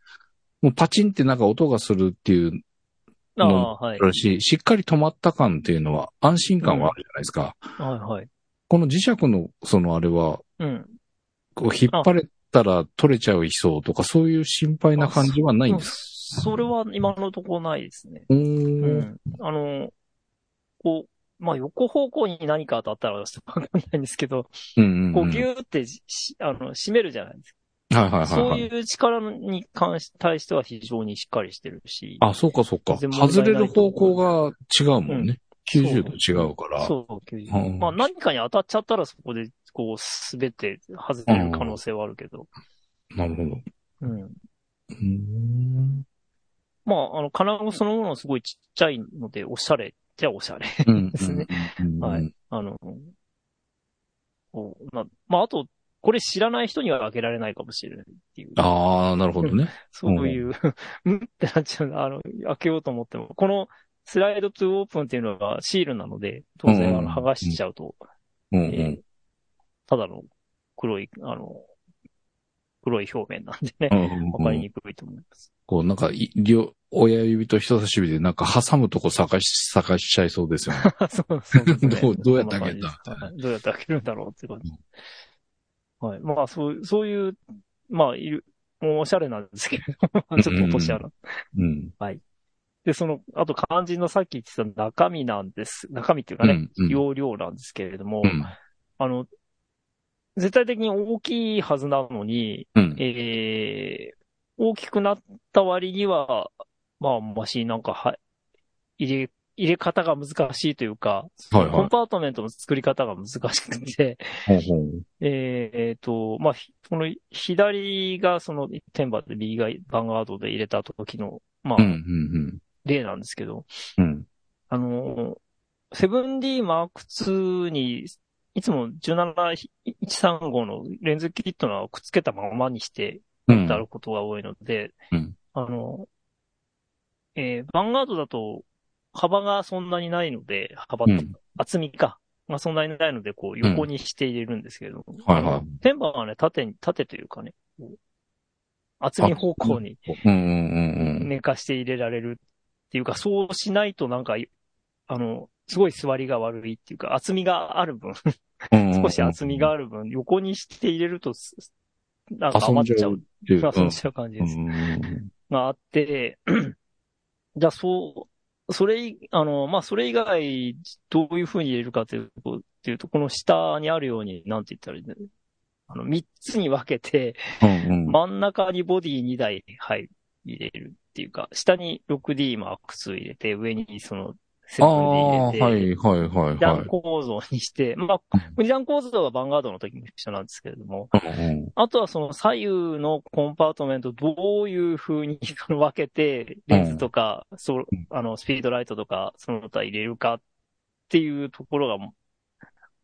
Speaker 2: い。
Speaker 3: もうパチンってなんか音がするっていう
Speaker 2: あ
Speaker 3: の
Speaker 2: あ、はい。
Speaker 3: らしい、しっかり止まった感っていうのは安心感はあるじゃないですか。
Speaker 2: はい、はい。
Speaker 3: この磁石の、そのあれは、
Speaker 2: うん。
Speaker 3: こう引っ張れたら取れちゃうそうとか、そういう心配な感じはないんですか
Speaker 2: すそれは今のところないですね。
Speaker 3: うー。
Speaker 2: うんん。あの、こう、まあ、横方向に何か当たったらちょっとわかんないんですけど、
Speaker 3: うんうん
Speaker 2: こ
Speaker 3: うん
Speaker 2: う、ギューってじし、あの、締めるじゃないです
Speaker 3: はいはい
Speaker 2: か。
Speaker 3: はい
Speaker 2: そ
Speaker 3: は
Speaker 2: う
Speaker 3: い。
Speaker 2: いう力に関し、対しては非常にしっかりしてるし。
Speaker 3: あ、そうかそうか。
Speaker 2: 全然問題ない
Speaker 3: 外れる方向が違うもんね。
Speaker 2: うん
Speaker 3: 90度違うから。
Speaker 2: そう、90
Speaker 3: うん
Speaker 2: まあ何かに当たっちゃったらそこで、こう、滑って外れる可能性はあるけど。
Speaker 3: な るほど。
Speaker 2: うん。
Speaker 3: うーん。
Speaker 2: まあ、あの、金具そのものはすごいちっちゃいので、おしゃれじゃおしゃれ。
Speaker 3: です
Speaker 2: ね。
Speaker 3: は。
Speaker 2: はいあの、こう、まあ、まあ、あと、これ知らない人には開けられないかもしれないっていう。
Speaker 3: ああ、なるほどね。
Speaker 2: そういう、 うんってなっちゃうなあの、開けようと思っても。この、スライドトゥオープンっていうのがシールなので、当然、あ
Speaker 3: うん
Speaker 2: の、剥がしちゃうと、
Speaker 3: うんう
Speaker 2: えー
Speaker 3: ん。
Speaker 2: ただの黒い、あの、黒い表面なんでね
Speaker 3: う。ん
Speaker 2: わかりにくいと思います。
Speaker 3: こう、なんか、い両、親指と人差し指でなんか挟むとこ探し、探しちゃいそう ですよね。
Speaker 2: そうそうですね
Speaker 3: どうどうやって開けた
Speaker 2: そんな感じですどうやって開けるんだろうっていう感じ。はい。まあ、そう、そういう、まあ、いる、もうおしゃれなんですけれども、ちょっと落とし穴。
Speaker 3: うん。
Speaker 2: で、その、あと肝心のさっき言ってた中身なんです。中身っていうかね、
Speaker 3: うんうん
Speaker 2: 容量なんですけれども、
Speaker 3: うん。
Speaker 2: あの、絶対的に大きいはずなのに、
Speaker 3: うん。
Speaker 2: えー、大きくなった割には、まあ、マシなんかは、入れ、入れ方が難しいというか、
Speaker 3: はい
Speaker 2: コ
Speaker 3: は
Speaker 2: ンパートメントの作り方が難しくて、
Speaker 3: い。ほうほう
Speaker 2: えーえーと、まあ、ひこの左がその天馬で右がバンガードで入れた時の、まあ
Speaker 3: う、んうん
Speaker 2: 例なんですけど、
Speaker 3: うん。うん。
Speaker 2: あの、セブン d マーク2に、いつも17135のレンズキットのくっつけたままにして
Speaker 3: うん。
Speaker 2: あることが多いので、
Speaker 3: うん
Speaker 2: あの、えーバンガードだと幅がそんなにないので、幅っ
Speaker 3: う
Speaker 2: て
Speaker 3: ん。
Speaker 2: 厚みか。まあ、そんなにないので、こう、横にして入れるんですけど。
Speaker 3: はいはい
Speaker 2: テンバーはね、縦に、縦というかね、こう厚み方向に
Speaker 3: うんうんうんうん。
Speaker 2: 寝かして入れられるっていうか、そうしないとなんか、あの、すごい座りが悪いっていうか、厚みがある分、
Speaker 3: うんうんうん
Speaker 2: 少し厚みがある分、横にして入れるとす、なんか
Speaker 3: 遊ん
Speaker 2: 余
Speaker 3: じ
Speaker 2: っち
Speaker 3: ゃ
Speaker 2: ゃ
Speaker 3: う
Speaker 2: う
Speaker 3: っ。ていう。
Speaker 2: 遊んじゃう感じ
Speaker 3: う
Speaker 2: です。
Speaker 3: んうん
Speaker 2: があって、 じゃあそう、それい、あの、まあ、それ以外、どういう風に入れるかというと、っていうと、この下にあるように、なんて言ったらいいんだろうあの、三つに分けて、
Speaker 3: うんうん。
Speaker 2: 真ん中にボディ2台、はい、入れるっていうか、下に 6D マーク2入れて、上にその、セ
Speaker 3: あ
Speaker 2: ブン
Speaker 3: あ、
Speaker 2: D
Speaker 3: は
Speaker 2: 入れて、
Speaker 3: いはいはい
Speaker 2: 二
Speaker 3: は
Speaker 2: 段構造にして、まあ、二段構造はバンガードの時も一緒なんですけれども、
Speaker 3: い。うんうん
Speaker 2: あとはその左右のコンパートメントどういう風にその分けて、レンズとか、そう
Speaker 3: うん、
Speaker 2: あの、スピードライトとか、その他入れるかっていうところが、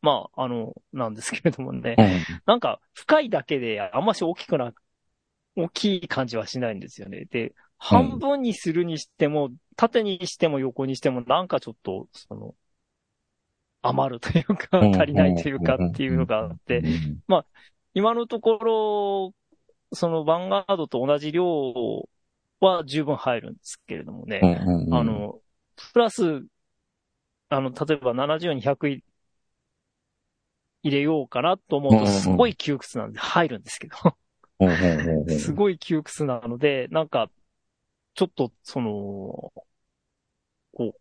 Speaker 2: まあ、あの、なんですけれどもね。
Speaker 3: うん。
Speaker 2: なんか、深いだけで、あんまし大きくな、大きい感じはしないんですよね。で、半分にするにしても、縦にしても横にしても、なんかちょっと、その、余るというか、足りないというかっていうのがあって、
Speaker 3: うん
Speaker 2: 今のところ、そのヴァンガードと同じ量は十分入るんですけれどもね
Speaker 3: う、んうんうん、
Speaker 2: あの、プラス、あの、例えば70に100い入れようかなと思う
Speaker 3: うんう
Speaker 2: と、
Speaker 3: んうん
Speaker 2: すごい窮屈なんで、入るんですけ
Speaker 3: うんうんうんう
Speaker 2: ど、
Speaker 3: ん、
Speaker 2: すごい窮屈なので、なんか、ちょっと、その、こう、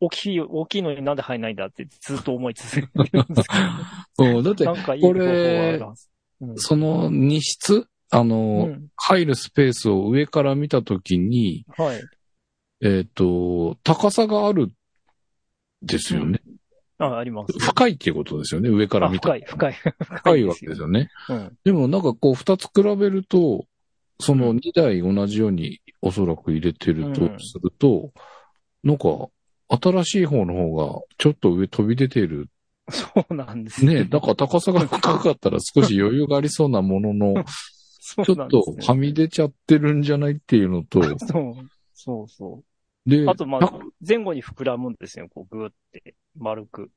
Speaker 2: 大きい、大きいのに なんで入んないんだってずっと思い続けてるんですけど、
Speaker 3: うんだって
Speaker 2: な、んかいい方法はあるはず。うん
Speaker 3: その荷室、あ
Speaker 2: う
Speaker 3: の、
Speaker 2: ん。
Speaker 3: 入るスペースを上から見たときに、
Speaker 2: はい。
Speaker 3: えっ、と、高さがあるですよね。
Speaker 2: あ、あります。
Speaker 3: 深いっていうことですよね、上から
Speaker 2: あ、
Speaker 3: 見た。
Speaker 2: 深い、深い。
Speaker 3: 深いわけですよね。
Speaker 2: うん。
Speaker 3: でもなんかこう二つ比べると、その二台同じようにおそらく入れてると
Speaker 2: うん
Speaker 3: すると、なんか新しい方の方がちょっと上飛び出てる。
Speaker 2: そうなんです
Speaker 3: ね、だから高さが高かったら少し余裕がありそうなものの、
Speaker 2: そう
Speaker 3: ちょ
Speaker 2: な
Speaker 3: っ
Speaker 2: ん
Speaker 3: と
Speaker 2: ですね
Speaker 3: はみ出ちゃってるんじゃないっていうのと、
Speaker 2: そう。そうそ
Speaker 3: で、
Speaker 2: う。あと、ま
Speaker 3: な
Speaker 2: あ、前後に膨らむんですよ。こう、ぐーって、丸く。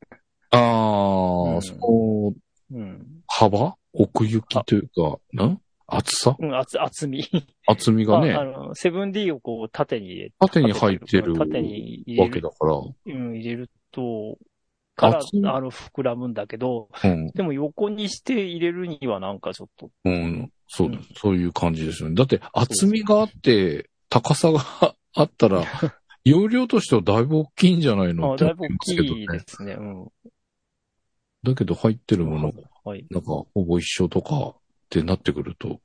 Speaker 3: あー
Speaker 2: うん
Speaker 3: その
Speaker 2: うん。
Speaker 3: 幅奥行きというか、なん厚さ
Speaker 2: うん、厚、厚み。
Speaker 3: 厚みがね
Speaker 2: ああ、の、セブン D をこう、縦に入れ
Speaker 3: 縦に入ってる
Speaker 2: 縦に入れ
Speaker 3: わけ
Speaker 2: る。
Speaker 3: だから、
Speaker 2: うん、入れると、から、
Speaker 3: 厚み
Speaker 2: あの、膨らむんだけど、
Speaker 3: うん、
Speaker 2: でも横にして入れるにはなんかちょっと、
Speaker 3: うん、そう、
Speaker 2: うん
Speaker 3: そういう感じですよね。だって、厚みがあって、高さが あっ たら、容量としてはだいぶ大きいんじゃないの
Speaker 2: あ
Speaker 3: って
Speaker 2: だいぶ
Speaker 3: 思
Speaker 2: 大
Speaker 3: うんです
Speaker 2: き
Speaker 3: けど
Speaker 2: いで
Speaker 3: ね。
Speaker 2: すね。うん。
Speaker 3: だけど入ってるものが、
Speaker 2: はい。
Speaker 3: なんか、ほぼ一緒とかってなってくると、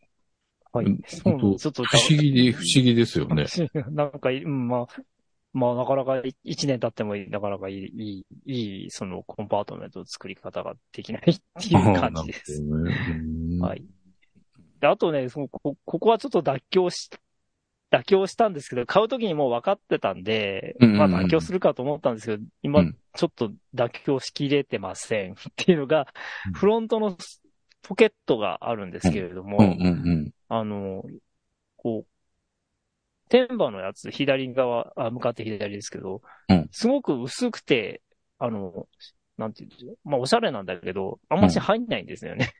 Speaker 2: は
Speaker 3: うん
Speaker 2: い。そうなんですちょっと、
Speaker 3: 不思議で、不思議ですよね。
Speaker 2: なんか、うん、まあ、まあ、なかなかい一年経っても、なかなかいい、いい、いい、その、コンパートメントの作り方ができないっていう感じです。
Speaker 3: あーなるほどねうん
Speaker 2: はい。であとね、そのこ、ここはちょっと妥協し、妥協したんですけど、買うときにもう分かってたんで、
Speaker 3: うんうん
Speaker 2: ま
Speaker 3: う
Speaker 2: あ
Speaker 3: ん
Speaker 2: 妥協するかと思ったんですけど、
Speaker 3: う
Speaker 2: 今
Speaker 3: ん、
Speaker 2: ちょっと妥協しきれてませんっていうのが
Speaker 3: うん、
Speaker 2: フロントのポケットがあるんですけれども、
Speaker 3: うんうん
Speaker 2: あの、こう、天馬のやつ、左側、あ向かって左ですけど、
Speaker 3: うん
Speaker 2: すごく薄くて、あの、なんていうんですかまあ、おしゃれなんだけど、あんまし入んないんですよね。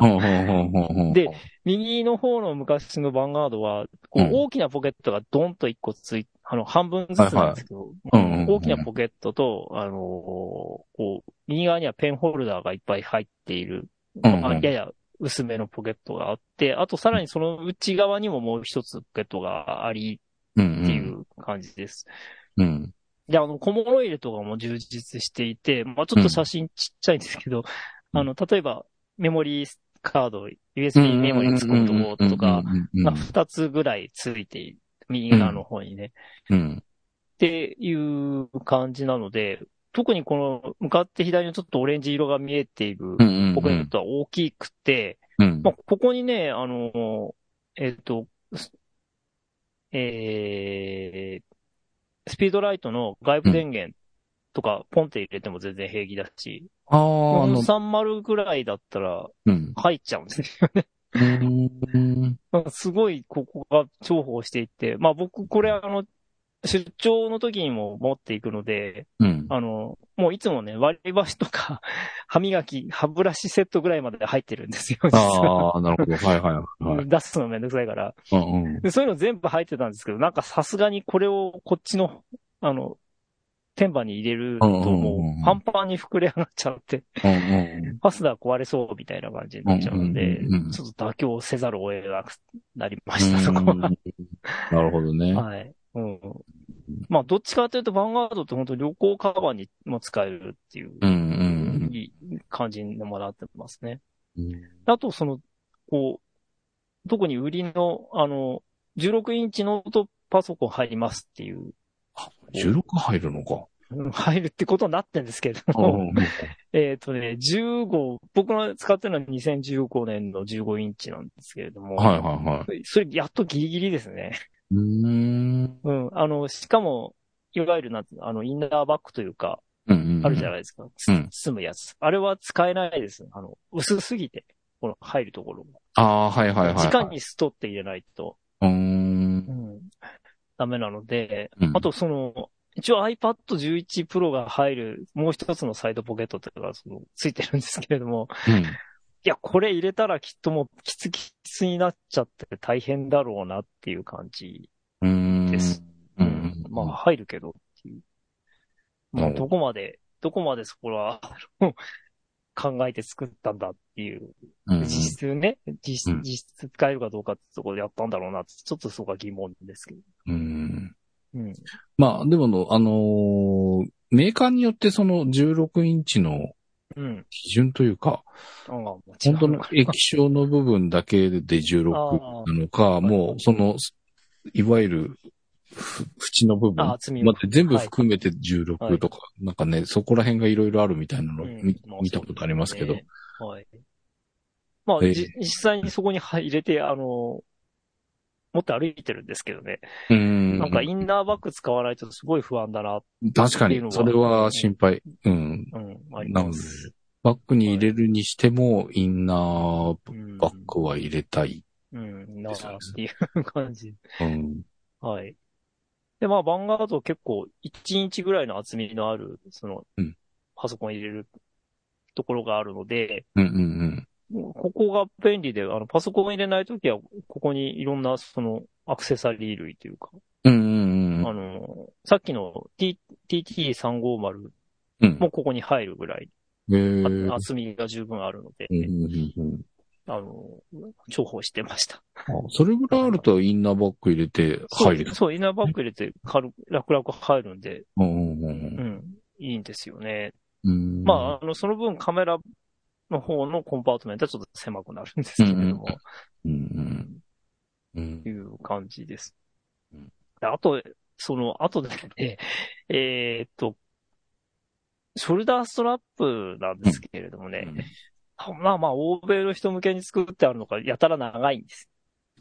Speaker 3: うんうんうんうんうん。
Speaker 2: で、右の方の昔のバンガードは、こ
Speaker 3: う
Speaker 2: うん大きなポケットがドンと一個つい、あの、半分ずつなんですけど、
Speaker 3: はいうんうんうん
Speaker 2: 大きなポケットと、あのーこう、右側にはペンホルダーがいっぱい入っている、
Speaker 3: うんうん
Speaker 2: あやや薄めのポケットがあって、あとさらにその内側にももう一つポケットがあり
Speaker 3: うん
Speaker 2: っていう感じです。
Speaker 3: うん。うん
Speaker 2: で、あの、小物入れとかも充実していて、まあちょっと写真ちっちゃいんですけど、
Speaker 3: うん
Speaker 2: あの、例えばメモリーカード、USB メモリー作るところとか、、
Speaker 3: うん
Speaker 2: まあ、二つぐらいついている。右側の方にね。
Speaker 3: うん
Speaker 2: っていう感じなので、特にこの向かって左のちょっとオレンジ色が見えている
Speaker 3: うんうんうん
Speaker 2: ポケットは大きくて、
Speaker 3: うん
Speaker 2: まあ、ここにね、あの、えっ、と、すえー、スピードライトの外部電源とかポンって入れても全然平気だし、
Speaker 3: ああ、あの、
Speaker 2: 30ぐらいだったら
Speaker 3: うん。
Speaker 2: 入っちゃうんです よ
Speaker 3: うん
Speaker 2: なんかすごいここが重宝していて、まあ僕これあの、出張の時にも持っていくので、
Speaker 3: うん。
Speaker 2: あの、もういつもね、割り箸とか、歯磨き、歯ブラシセットぐらいまで入ってるんですよ、実は。
Speaker 3: ああ、なるほど。はいはいは い。
Speaker 2: 出すのめんどくさいから。
Speaker 3: うんうん
Speaker 2: でそういうの全部入ってたんですけど、なんかさすがにこれをこっちの、あの、天板に入れると
Speaker 3: うんうんうん
Speaker 2: も
Speaker 3: うん
Speaker 2: うパンパンに膨れ上がっちゃって、
Speaker 3: うんうん
Speaker 2: ファスナー壊れそうみたいな感じになっちゃうんで
Speaker 3: うんうんうんうん、
Speaker 2: ちょっと妥協せざるを得なくなりました、そこは。
Speaker 3: なるほどね。
Speaker 2: はい。うん。まあ、どっちかというと、ヴァンガードって本当旅行カバンにも使えるっていう、
Speaker 3: うんうん
Speaker 2: いい感じにもなってますね。
Speaker 3: うん。
Speaker 2: あと、その、こう、特に売りの、あの、16インチノートパソコン入りますっていう、
Speaker 3: 16入るのか。
Speaker 2: うん入るってことになってんですけれど
Speaker 3: う
Speaker 2: も、
Speaker 3: ん
Speaker 2: えっとね、15、僕の使ってるのは2015年の15インチなんですけれども、
Speaker 3: はいはいは
Speaker 2: それやっとギリギリですね。
Speaker 3: い。うーん。
Speaker 2: うん。あの、しかも、いわゆるなんて、あの、インナーバッグというか、あるじゃ
Speaker 3: い。
Speaker 2: ないですか。
Speaker 3: うん
Speaker 2: 住むやつ。あれは使えないです。あの、薄すぎて、この入るところも。
Speaker 3: ああ、はいはいはい。
Speaker 2: 直。にストって入れないと、
Speaker 3: うーん。
Speaker 2: ダメなので、
Speaker 3: うん
Speaker 2: あとその、一応 iPad 11 Pro が入る、もう一つのサイドポケットというか、その、ついてるんですけれども、
Speaker 3: うん。
Speaker 2: いや、これ入れたらきっともうきつきつになっちゃって大変だろうなっていう感じ
Speaker 3: うーん。
Speaker 2: です。
Speaker 3: うん。
Speaker 2: まあ、入るけどっていう。ま
Speaker 3: なる
Speaker 2: あ、
Speaker 3: ほど
Speaker 2: どこまで、どこまでそこは、 あの考えて作ったんだっていう。
Speaker 3: うん。
Speaker 2: 実質ね、実質
Speaker 3: うん
Speaker 2: 実質使えるかどうかってところでやったんだろうなって、ちょっとそこは疑問ですけど。
Speaker 3: うん。
Speaker 2: うん。
Speaker 3: まあ、でもの、あのーメーカーによってその16インチの
Speaker 2: うん。
Speaker 3: 基準というか、
Speaker 2: ああ、もう違う
Speaker 3: 本当の
Speaker 2: か
Speaker 3: 液晶の部分だけで16
Speaker 2: あー
Speaker 3: なのか、もうその、いわゆる、ふ縁の部分
Speaker 2: あ
Speaker 3: ま
Speaker 2: 厚みも
Speaker 3: で全部
Speaker 2: はい
Speaker 3: 含めて16とか、なんかね、そこら辺がいろいろあるみたいなのを見,、
Speaker 2: うんまあ
Speaker 3: 見たことありますけど、
Speaker 2: そうですねはい。まあ、
Speaker 3: ええ
Speaker 2: じ実際にそこに入れて、あの、持って歩いてるんですけどね。
Speaker 3: うん
Speaker 2: なんかインナーバッグ使わないとすごい不安だな、
Speaker 3: 確か
Speaker 2: っていうの
Speaker 3: に、
Speaker 2: は
Speaker 3: それは心配。うん。
Speaker 2: うん、あり
Speaker 3: な
Speaker 2: ま。、
Speaker 3: のですバッグに入れるにしても、インナー
Speaker 2: うん
Speaker 3: バッグは入れたい。
Speaker 2: うん、なあっていう感じ。
Speaker 3: うん。
Speaker 2: はい。で、まあ、バンガード結構1インチぐらいの厚みのある、その
Speaker 3: うん、
Speaker 2: パソコン入れるところがあるので、
Speaker 3: うんうんうん。
Speaker 2: もうここが便利で、あの、パソコン入れないときは、ここにいろんな、その、アクセサリー類というか、
Speaker 3: うんうんうん
Speaker 2: あの、さっきの T- TT350
Speaker 3: うん。
Speaker 2: もここに入るぐらい、あ
Speaker 3: えー
Speaker 2: 厚みが十分あるので、
Speaker 3: うんうんうんうん
Speaker 2: あの、重宝してました。
Speaker 3: あそれぐらいあるとインナーバッグ入れて入れる
Speaker 2: そう、。そうインナーバッグ入れて軽く、楽々入るんで、
Speaker 3: うんうんう
Speaker 2: うんん、いいんですよね。
Speaker 3: うん
Speaker 2: まあ、あの、その分カメラの方のコンパートメントはちょっと狭くなるんですけれども、
Speaker 3: うんうんうん
Speaker 2: いう感じです
Speaker 3: うん。
Speaker 2: であと、その、あとでね、 えーっと、ショルダーストラップなんですけれどもね、まあまあ、欧米の人向けに作ってあるのがやたら長いんです。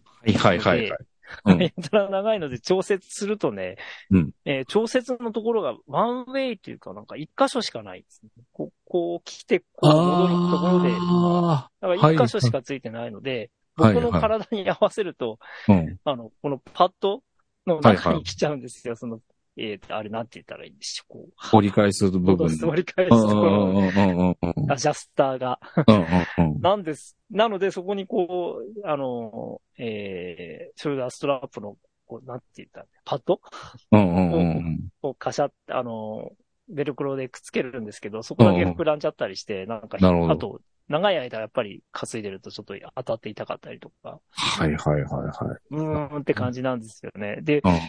Speaker 3: はいはいはいはい。う ん
Speaker 2: やたら長いので調節するとね、
Speaker 3: うん
Speaker 2: えー調節のところがワンウェイというか、なんか一箇所しかないんですね。ここう来て、こう戻るところで、
Speaker 3: あ
Speaker 2: だから一箇所しかついてないので、
Speaker 3: ーはい
Speaker 2: 僕の
Speaker 3: は
Speaker 2: 体に合わせると、
Speaker 3: い。うん
Speaker 2: あの、このパッドの中に来ちゃうんですよ。その、えーとあれなんて言ったらいいんでしょう。こう、
Speaker 3: 折り返す部分。
Speaker 2: 折り返す
Speaker 3: う
Speaker 2: と
Speaker 3: んう
Speaker 2: ころ
Speaker 3: ん
Speaker 2: の
Speaker 3: うんうんうんうん
Speaker 2: アジャスターが。
Speaker 3: うんうん
Speaker 2: なんです。なので、そこにこう、あの、えー、ショルダーストラップの、こう、なんて言ったらいいパッド
Speaker 3: うんうんうんうん
Speaker 2: をカシャって、あの、ベルクロでくっつけるんですけど、そこだけ膨らんじゃったりして、なんか、
Speaker 3: なるほど
Speaker 2: あと、長い間やっぱり担いでるとちょっと当たって痛かったりとか、
Speaker 3: はいはいはいは
Speaker 2: うーんって感じなんですよね。で、
Speaker 3: い。うんうん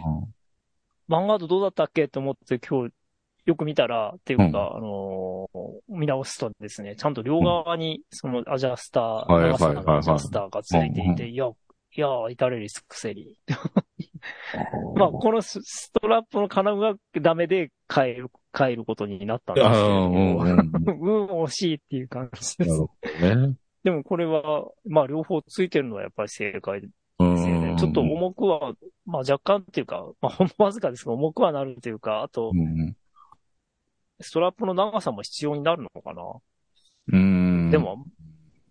Speaker 2: マンガードどうだったっけと思って今日よく見たら、っていうか、あのー見直すとですね、ちゃんと両側にそのアジャスター、
Speaker 3: いはいはいは
Speaker 2: 長
Speaker 3: い
Speaker 2: さのアジャスターがついて
Speaker 3: うん
Speaker 2: いて、いや、いやー、至れり尽くせり。ま
Speaker 3: あ
Speaker 2: あ、このスストラップの金具がダメで変える、変えることになったんですけれ
Speaker 3: あ
Speaker 2: ど
Speaker 3: ー、うんうん
Speaker 2: も、
Speaker 3: うん。なる
Speaker 2: うん、惜しいっていう感じです。
Speaker 3: ほどね。
Speaker 2: でもこれは、まあ両方ついてるのはやっぱり正解で
Speaker 3: うん
Speaker 2: ですよ
Speaker 3: うんう
Speaker 2: ね
Speaker 3: ん。
Speaker 2: ちょっと重くは、まあ若干っていうか、まあほんのわずかですが重くはなるというか、あと
Speaker 3: う、ん
Speaker 2: ストラップの長さも必要になるのかな。
Speaker 3: うん。
Speaker 2: でも、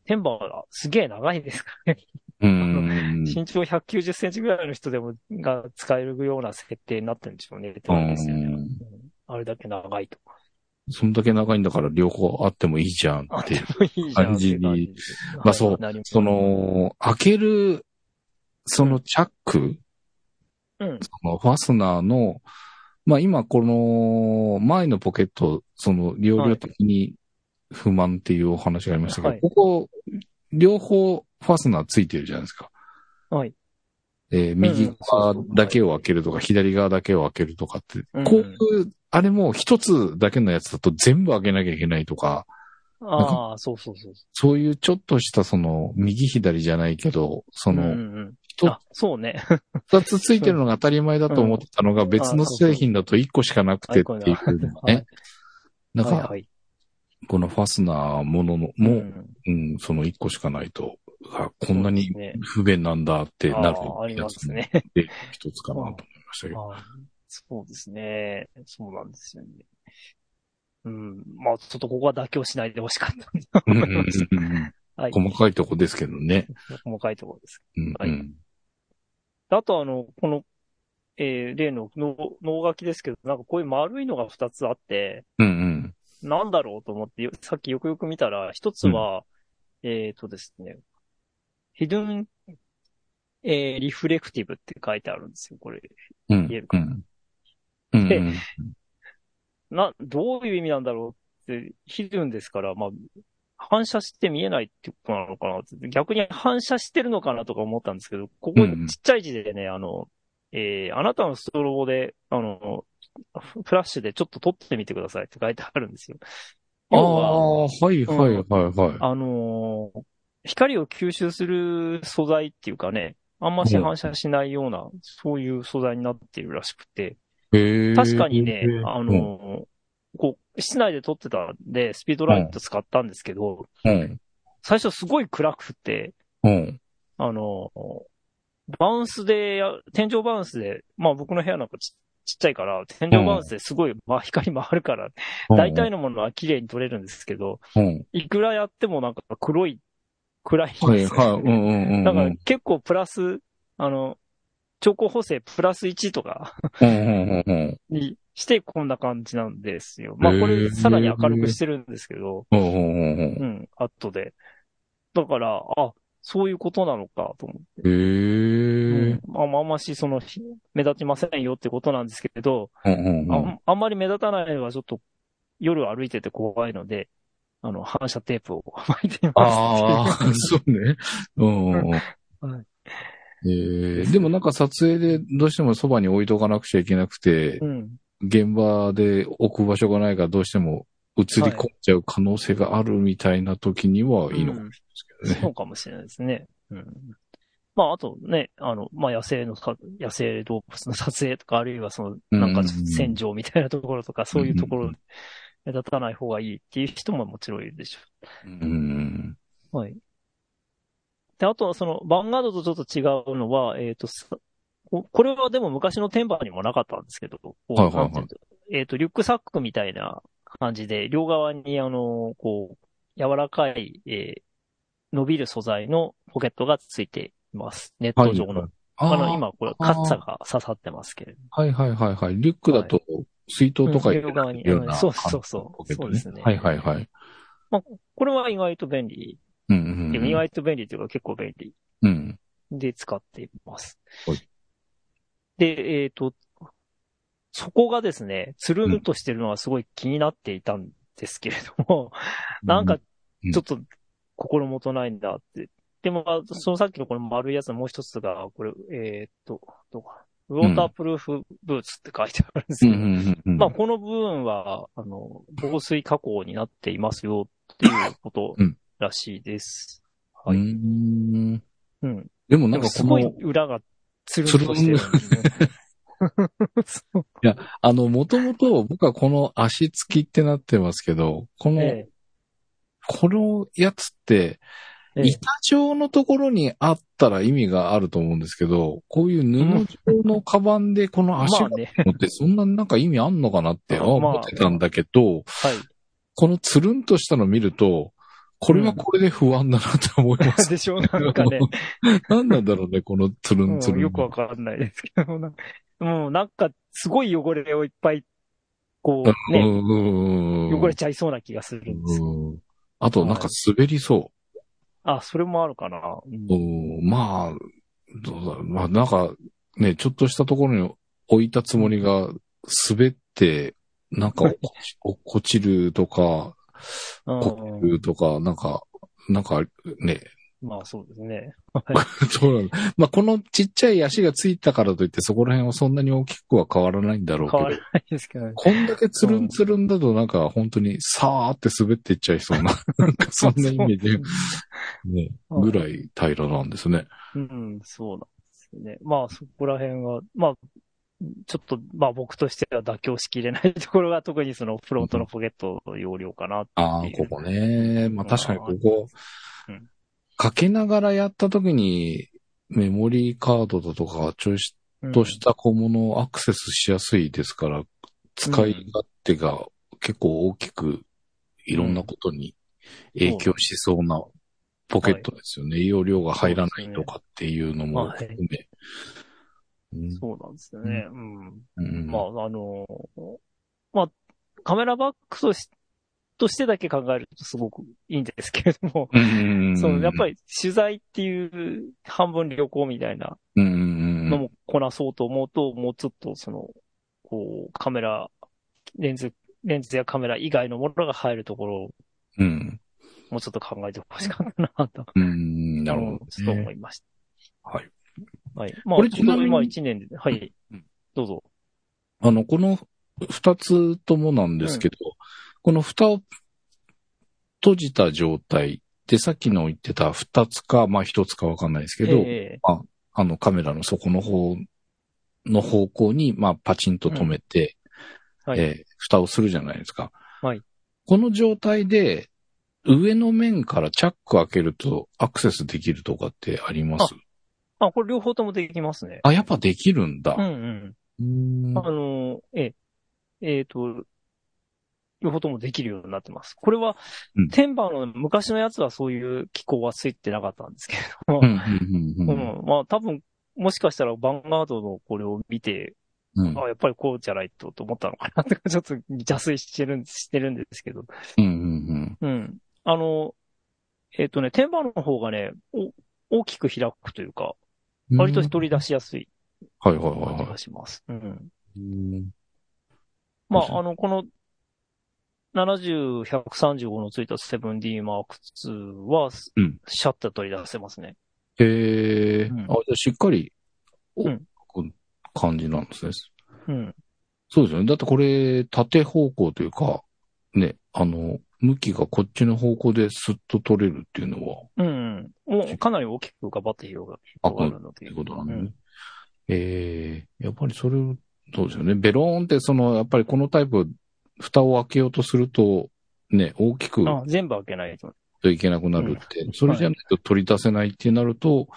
Speaker 2: テンバーがすげえ長いですからね。
Speaker 3: うんうん
Speaker 2: 身長190センチぐらいの人でも、が使えるような設定になってるんでしょうね。って
Speaker 3: う
Speaker 2: 感じですよね
Speaker 3: ん。
Speaker 2: うんあれだけ長いと。
Speaker 3: そんだけ長いんだから両方あってもいいじゃん
Speaker 2: あ
Speaker 3: っ
Speaker 2: で
Speaker 3: て。
Speaker 2: もいいじゃんっていう感じ
Speaker 3: 感
Speaker 2: で。
Speaker 3: まあそう
Speaker 2: はいなります
Speaker 3: そ、の、開ける、そのチャック、
Speaker 2: うん。
Speaker 3: そのファスナーの、まあ今この前のポケット、その容量的に不満っていうお話がありましたけど、
Speaker 2: はい
Speaker 3: ここ、両方ファスナーついてるじゃないですか。
Speaker 2: はい。
Speaker 3: えー右側
Speaker 2: そうそう
Speaker 3: だけを開けるとか、左側だけを開けるとかって、
Speaker 2: うん
Speaker 3: こういう、あれも一つだけのやつだと全部開けなきゃいけないとか、
Speaker 2: ああ、そうそうそう。
Speaker 3: そういうちょっとしたその、右左じゃないけど、そ
Speaker 2: うんう
Speaker 3: の、
Speaker 2: んうん
Speaker 3: 一つ
Speaker 2: あ、そうね。
Speaker 3: 二つついてるのが当たり前だと思ってたのが、別の製品だと一個しかなくてっていうね。
Speaker 2: はい
Speaker 3: なん
Speaker 2: はい
Speaker 3: か
Speaker 2: は、い
Speaker 3: このファスナーものの、
Speaker 2: う
Speaker 3: もう、
Speaker 2: ん
Speaker 3: うん、その一個しかないと、あこんな
Speaker 2: そ
Speaker 3: に
Speaker 2: うですね
Speaker 3: 不便なんだってなる
Speaker 2: あーあり
Speaker 3: や
Speaker 2: ま
Speaker 3: つ
Speaker 2: す
Speaker 3: の
Speaker 2: ね。
Speaker 3: 一つかなと思いましたけ ど。
Speaker 2: ああそうですね。そうなんですよね。うん。まあ、ちょっとここは妥協しないで ほしかった。
Speaker 3: うんうん うん
Speaker 2: はい。
Speaker 3: 細かいとこですけどね。
Speaker 2: 細かいところです。
Speaker 3: うんう
Speaker 2: はい
Speaker 3: ん
Speaker 2: あと、あの、この、えー例のの脳書きですけど、なんかこういう丸いのが2つあって、
Speaker 3: うんうん
Speaker 2: なんだろうと思って、よさっきよくよく見たら、1つは、えっ、とですね、ヒドゥン、えーリフレクティブって書いてあるんですよ、これ。
Speaker 3: うん
Speaker 2: 言える
Speaker 3: う
Speaker 2: か
Speaker 3: んうん
Speaker 2: でな、どういう意味なんだろうって、ひるんですから、まあ、反射して見えないってことなのかなって、逆に反射してるのかなとか思ったんですけど、ここ
Speaker 3: うんうん
Speaker 2: ちっちゃい字でね、あの、えー、あなたのストロボで、あの、フフラッシュでちょっと撮ってみてくださいって書いてあるんですよ。
Speaker 3: あ
Speaker 2: 要は、
Speaker 3: あ、はいはいはいはい。
Speaker 2: あのー光を吸収する素材っていうかね、あんまし反射しないような、そういう素材になっているらしくて、
Speaker 3: へー
Speaker 2: 確かにね、あ、
Speaker 3: うん
Speaker 2: のーこう、室内で撮ってたんで、スピードライト使ったんですけど、
Speaker 3: うん。
Speaker 2: 最初すごい暗くて、
Speaker 3: うん。
Speaker 2: あのーバウンスでや、天井バウンスで、まあ僕の部屋なんかちちっちゃいから、天井バウンスですごい、まあ、光回るから、大体のものは綺麗に撮れるんですけど、
Speaker 3: うん。
Speaker 2: いくらやってもなんか黒い、暗いんですよ
Speaker 3: はいはい。うんうんうんうん。
Speaker 2: だから結構プラス、あの、超高補正プラス1とか
Speaker 3: うんうんうんうん。
Speaker 2: にしてこんな感じなんですよ。まあこ
Speaker 3: へ
Speaker 2: れ
Speaker 3: ー
Speaker 2: さらに明るくしてるんですけど、
Speaker 3: うんうんうんうん。
Speaker 2: うん、後で。だから、あ、そういうことなのかと思って。う
Speaker 3: へ
Speaker 2: ん
Speaker 3: え。
Speaker 2: あまああんましその、ひ目立ちませんよってことなんですけど、
Speaker 3: うんうんうん
Speaker 2: ああんまり目立たないのはちょっと夜歩いてて怖いので、あの、反射テープを巻いています。
Speaker 3: ああ、そうね。うんうんうん。
Speaker 2: はい
Speaker 3: えーでもなんか撮影でどうしてもそばに置いとかなくちゃいけなくて、
Speaker 2: うん。
Speaker 3: 現場で置く場所がないからどうしても映り込んじゃう可能性があるみたいな時にはいいのかもしれないですけど
Speaker 2: そ
Speaker 3: ね。
Speaker 2: うかもしれないですね。うん。まあ、あとね、あの、まあ、野生のさ、野生動物の撮影とか、あるいはその、なんか
Speaker 3: うんうんうん
Speaker 2: 戦場みたいなところとか、そういうところ、目立たない方がいいっていう人ももちろんいるでしょ
Speaker 3: うん。
Speaker 2: う。はい。で、あとはその、バンガードとちょっと違うのは、えっ、と、さここれはでも昔のテンバーにもなかったんですけど、こう
Speaker 3: はいはいはい
Speaker 2: なんてうのえっ、と、リュックサックみたいな感じで、両側にあの、こう、柔らかい、えー伸びる素材のポケットがついています。ネット上の。あの、今、これ、カッサが刺さってますけれども。
Speaker 3: はいはいはいはい。リュックだと水筒とか入れられるよう
Speaker 2: うん
Speaker 3: な。
Speaker 2: そうそうそう
Speaker 3: ポケット
Speaker 2: そうですね
Speaker 3: はいはいはい。
Speaker 2: これは意外と便利。
Speaker 3: うんうんうん。
Speaker 2: 意外と便利というか結構便利
Speaker 3: うん。
Speaker 2: で使っています
Speaker 3: はい。
Speaker 2: で、えっ、と、そこがですね、つるんとしてるのはすごい気になっていたんですけれども、なんか、ちょっと心もとないんだって。でも、まあそのさっきのこの丸いやつのもう一つが、これ、えーっと、どうかな。ウォータープルーフブーツって書いてあるんです
Speaker 3: うん
Speaker 2: け
Speaker 3: う
Speaker 2: ど、
Speaker 3: んうんうん。
Speaker 2: まあ、この部分は、あの、防水加工になっていますよっていうこと
Speaker 3: うん
Speaker 2: らしいです。
Speaker 3: う
Speaker 2: はい
Speaker 3: ん
Speaker 2: うん。
Speaker 3: でも
Speaker 2: なん
Speaker 3: な
Speaker 2: か
Speaker 3: んか
Speaker 2: す
Speaker 3: こ
Speaker 2: ごい
Speaker 3: の、
Speaker 2: 裏がつるんとしてるんですね。そう
Speaker 3: あの、もともと僕はこの足つきってなってますけど、この、
Speaker 2: え
Speaker 3: このやつって、
Speaker 2: えええ
Speaker 3: 板状のところにあったら意味があると思うんですけど、こういう布状のカバンでこの足
Speaker 2: まあ
Speaker 3: が
Speaker 2: ね、
Speaker 3: 乗ってそんななんか意味あんのかなって
Speaker 2: まあ
Speaker 3: 思ってたんだけど、
Speaker 2: はい。
Speaker 3: このつるんとしたの見ると、これはこれで不安だなって思い ます。
Speaker 2: でしょうなんかね、
Speaker 3: 何なんだろうね、このつるんつ
Speaker 2: う
Speaker 3: る
Speaker 2: ん
Speaker 3: ん。
Speaker 2: よくわかんないですけど、なんかもうなんかすごい汚れをいっぱい、こう
Speaker 3: う
Speaker 2: ね、
Speaker 3: んうんうん。
Speaker 2: 汚れちゃいそうな気がするんですよ。
Speaker 3: うんあと、なんか滑りそう。
Speaker 2: あ、それもあるかな。うん
Speaker 3: うん、まあ、どうだろう。まあ、なんか、ね、ちょっとしたところに置いたつもりが、滑って、なんか落っこち、落っこちるとか、
Speaker 2: うん
Speaker 3: こけるとか、なんか、なんか、ね、
Speaker 2: まあそうですね。
Speaker 3: そうなの。まあ、このちっちゃい足がついたからといって、そこら辺はそんなに大きくは変わらないんだろうけ
Speaker 2: 変
Speaker 3: ど
Speaker 2: わ。らないですけどね。
Speaker 3: こんだけつるんつるんだと、なんか本当にさーって滑っていっちゃいそう な、なんかそんなイメージ、ね、ぐらい平らなんですね。
Speaker 2: うん、そうなんですよね。まあ、そこら辺は、まあ、ちょっと、まあ僕としては妥協しきれないところが、特にそのフロントのポケットの容量かなっていう。
Speaker 3: ああ、ここね。まあ
Speaker 2: うん
Speaker 3: 確かにここ
Speaker 2: うん、
Speaker 3: かけながらやった時に、メモリーカードだとか、ちょいとした小物をアクセスしやすいですから、使い勝手が結構大きく、いろんなことに影響しそうなポケットですよね。栄養量が入らないとかっていうのも含め。
Speaker 2: うんそうなんですよね。うん。
Speaker 3: うん
Speaker 2: まあ、あのーまあ、カメラバッグとしとしてだけ考えるとすごくいいんですけれども、
Speaker 3: うん
Speaker 2: そのやっぱ
Speaker 3: り、
Speaker 2: り取材っていう半分旅行みたいな
Speaker 3: うんうんう
Speaker 2: の
Speaker 3: ん
Speaker 2: もこなそうと思うと、もうちょっとその、こう、カメラ、レンズ、レンズやカメラ以外のものが入るところを
Speaker 3: うん。
Speaker 2: もうちょっと考えてほしかったな、と。
Speaker 3: うん、 なるほどね。
Speaker 2: ちょっと思いまし
Speaker 3: はい。
Speaker 2: た。はい。まあ、
Speaker 3: これちなみに
Speaker 2: 今1年で、はい
Speaker 3: うん。
Speaker 2: どうぞ。
Speaker 3: あの、この二つともなんですけど、この蓋を閉じた状態で、さっきの言ってた二つか、まあ一つかわかんないですけど、
Speaker 2: え
Speaker 3: あのカメラの底の方の方向に、まあパチンと止めて、
Speaker 2: えはい、
Speaker 3: えー蓋をするじゃないですか。
Speaker 2: はい
Speaker 3: この状態で、上の面からチャック開けるとアクセスできるとかってあります
Speaker 2: あ、これ両方ともできますね。
Speaker 3: あやっぱできるんだ
Speaker 2: うん。うん。
Speaker 3: うーん
Speaker 2: あの、ええ、えっ、と、両方ともできるようになってます。これは
Speaker 3: うん、
Speaker 2: テンバーの昔のやつはそういう機構はついてなかったんですけど、
Speaker 3: うんうんうん
Speaker 2: う
Speaker 3: うん
Speaker 2: ん、まあ多分、もしかしたらバンガードのこれを見て、
Speaker 3: うん
Speaker 2: あやっぱりこうじゃないとと思ったのか なとか、ちょっと邪推してるん、してるんですけど。
Speaker 3: うんうん
Speaker 2: うん。あの、えっ、とね、テンバーの方がね、お大きく開くというか、
Speaker 3: うん
Speaker 2: 割と取り出しやすい
Speaker 3: はいはい
Speaker 2: 感じ
Speaker 3: は
Speaker 2: がします。うん。
Speaker 3: い。うん
Speaker 2: ま
Speaker 3: そう
Speaker 2: あ、あの、この、70、135のついた 7D マーク2は、
Speaker 3: うん
Speaker 2: シャッター取り出せますね。
Speaker 3: へえ、
Speaker 2: うん
Speaker 3: あ、じゃあしっかり、お
Speaker 2: うん
Speaker 3: こう感じなんですね。
Speaker 2: うん。
Speaker 3: そうですよね。だってこれ、縦方向というか、ね、あの、向きがこっちの方向ですっと取れるっていうのは、
Speaker 2: うん、うん。もう、かなり大きくガバって広が
Speaker 3: あ
Speaker 2: 広がるの
Speaker 3: とい
Speaker 2: で
Speaker 3: う。ことなんでね。ええやっぱりそれを、そうですよね。ベローンって、その、やっぱりこのタイプ、蓋を開けようとすると、ね、大きく
Speaker 2: あ、全部開けないと。
Speaker 3: といけなくなるって、それじゃないと取り出せないってなると、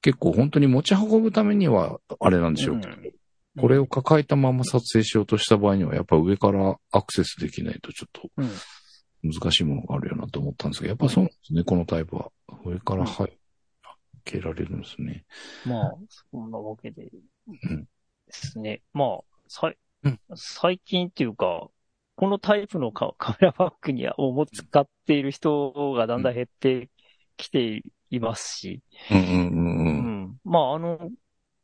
Speaker 3: 結構本当に持ち運ぶためには、あれなんでしょうけど、
Speaker 2: うん
Speaker 3: これを抱えたまま撮影しようとした場合には、やっぱ上からアクセスできないとちょっと
Speaker 2: うん
Speaker 3: 難しいものがあるよなと思ったんですけど、やっぱそうなんですね、このタイプは。上から入開けられるんですね。
Speaker 2: まあ、そんなわけで。
Speaker 3: ん
Speaker 2: ですね。まあ、さい
Speaker 3: うん
Speaker 2: 最近っていうか、このタイプのカ カメラバッグにを使っている人がだんだん減ってきていますし、
Speaker 3: うんうんうんう。
Speaker 2: うんんまあ、あの、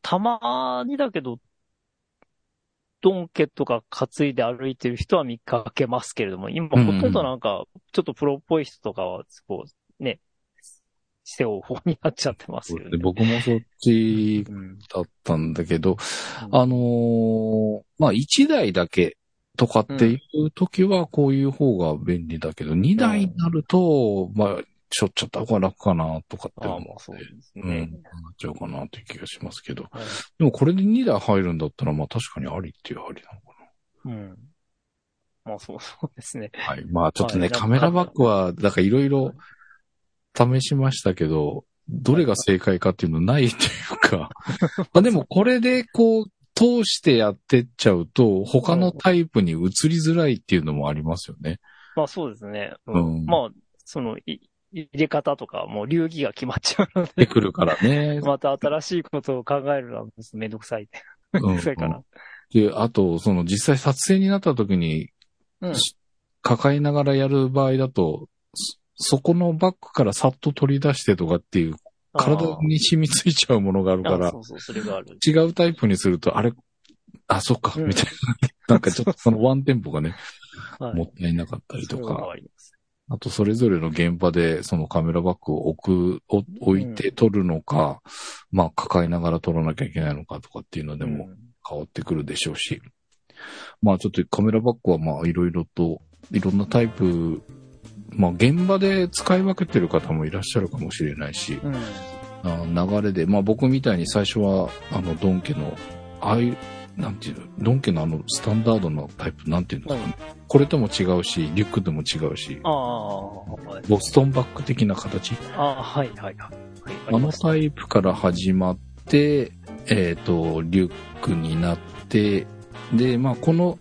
Speaker 2: たまにだけど、ドンケとか担いで歩いてる人は見かけますけれども、今
Speaker 3: うんうん
Speaker 2: ほとんどなんか、ちょっとプロっぽい人とかは、こう、ね、背負う方になっちゃってます
Speaker 3: そう
Speaker 2: よね
Speaker 3: ですね。僕もそっち
Speaker 2: うん
Speaker 3: だったんだけど、あのーまあ、1台だけとかっていう時はこういう方が便利だけど、2台になると、まあ、ちょ、ちょっとこは楽かなとかって
Speaker 2: ああ、
Speaker 3: 思
Speaker 2: まあ
Speaker 3: っ
Speaker 2: そう
Speaker 3: て
Speaker 2: で。す
Speaker 3: うん、なっ
Speaker 2: ね。
Speaker 3: ちゃうかなっていう気がしますけど。
Speaker 2: はい
Speaker 3: でもこれで2台入るんだったら、まあ確かにありっていうありなのか
Speaker 2: うん。まあそうそうですね。
Speaker 3: な。はい。まあちょっと
Speaker 2: は
Speaker 3: ね、
Speaker 2: い
Speaker 3: カメラバッグは、だからいろいろ試しましたけど、どれが正解かっていうのないとい うか。まあでもこれでこう、通してやってっちゃうと、他のタイプに移りづらいっていうのもありますよね。
Speaker 2: まあそうですね。う
Speaker 3: うん
Speaker 2: ん、まあ、その、い入れ方とか、もう流儀が決まっちゃうの
Speaker 3: 出
Speaker 2: で、
Speaker 3: てくるからね。
Speaker 2: また新しいことを考えるのはめんどくさい。めん
Speaker 3: う
Speaker 2: ど
Speaker 3: ん
Speaker 2: くさいかな。
Speaker 3: で、あと、その実際撮影になった時に、
Speaker 2: うん。
Speaker 3: 抱えながらやる場合だと、そそこのバッグからさっと取り出してとかっていう体に染みついちゃうものがある
Speaker 2: あー
Speaker 3: か
Speaker 2: あ
Speaker 3: ら
Speaker 2: そ、うそう、それがある。
Speaker 3: 違うタイプにすると、あれ、あ、そっか、
Speaker 2: うん
Speaker 3: みたいな。なん かちょっとそのワンテンポがね、
Speaker 2: はい
Speaker 3: もったいなかったりと
Speaker 2: そういうのが
Speaker 3: か、
Speaker 2: あります
Speaker 3: あとそれぞれの現場でそのカメラバッグを置く、お置いて撮るのか、まあ抱えながら撮らなきゃいけないのかとかっていうのでも
Speaker 2: うん
Speaker 3: 変わってくるでしょうし、まあちょっとカメラバッグはまあいろいろと、いろんなタイプ、まあ現場で使い分けてる方もいらっしゃるかもしれないし、
Speaker 2: うん。
Speaker 3: あ流れで、まあ僕みたいに最初は、あの、ドン家の、ああいう、なんていうの、ドン家のあの、スタンダードなタイプ、なんていうんですかね。これとも違うし、リュックとも違うし
Speaker 2: あ、あ、はい
Speaker 3: ボストンバッグ的な形。
Speaker 2: ああ、はいはいはい。はい
Speaker 3: あのタイプから始まって、えっ、と、リュックになって、で、まあこの、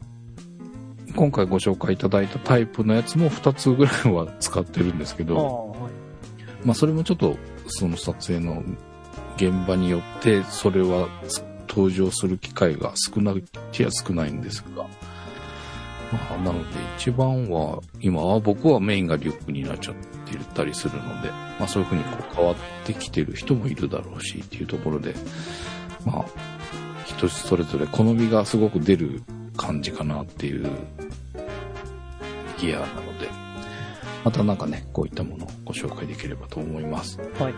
Speaker 3: 今回ご紹介いただいたタイプのやつも2つぐらいは使ってるんですけ
Speaker 2: あ
Speaker 3: ど、
Speaker 2: あ、はい。
Speaker 3: まあそれもちょっとその撮影の現場によってそれはつ登場する機会が少なくては少ないんですが、まあ、なので一番は今は僕はメインがリュックになっちゃってたりするので、まあ、そういうふうにこう変わってきてる人もいるだろうしっていうところでまあ人それぞれ好みがすごく出る感じかなっていうギアなのでまたなんかねこういったものをご紹介できればと思います。
Speaker 2: はい。
Speaker 3: はい。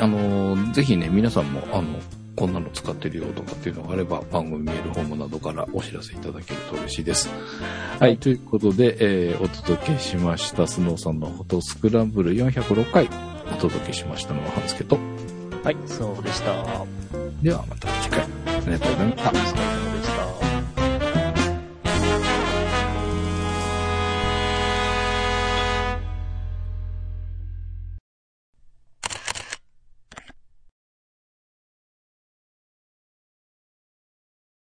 Speaker 3: あのーぜひね、皆さんも、あの、こんなの使ってるよとかっていうのがあれば、番組メールフォームなどからお知らせいただけると嬉しいです。はい、ということで、えーお届けしました、スノーさんのフォトスクランブル406回、お届けしましたのは、ハンスケと。
Speaker 2: はい、そうでした。あり
Speaker 3: ではまた次回。ありがとうございました。
Speaker 2: がとうございます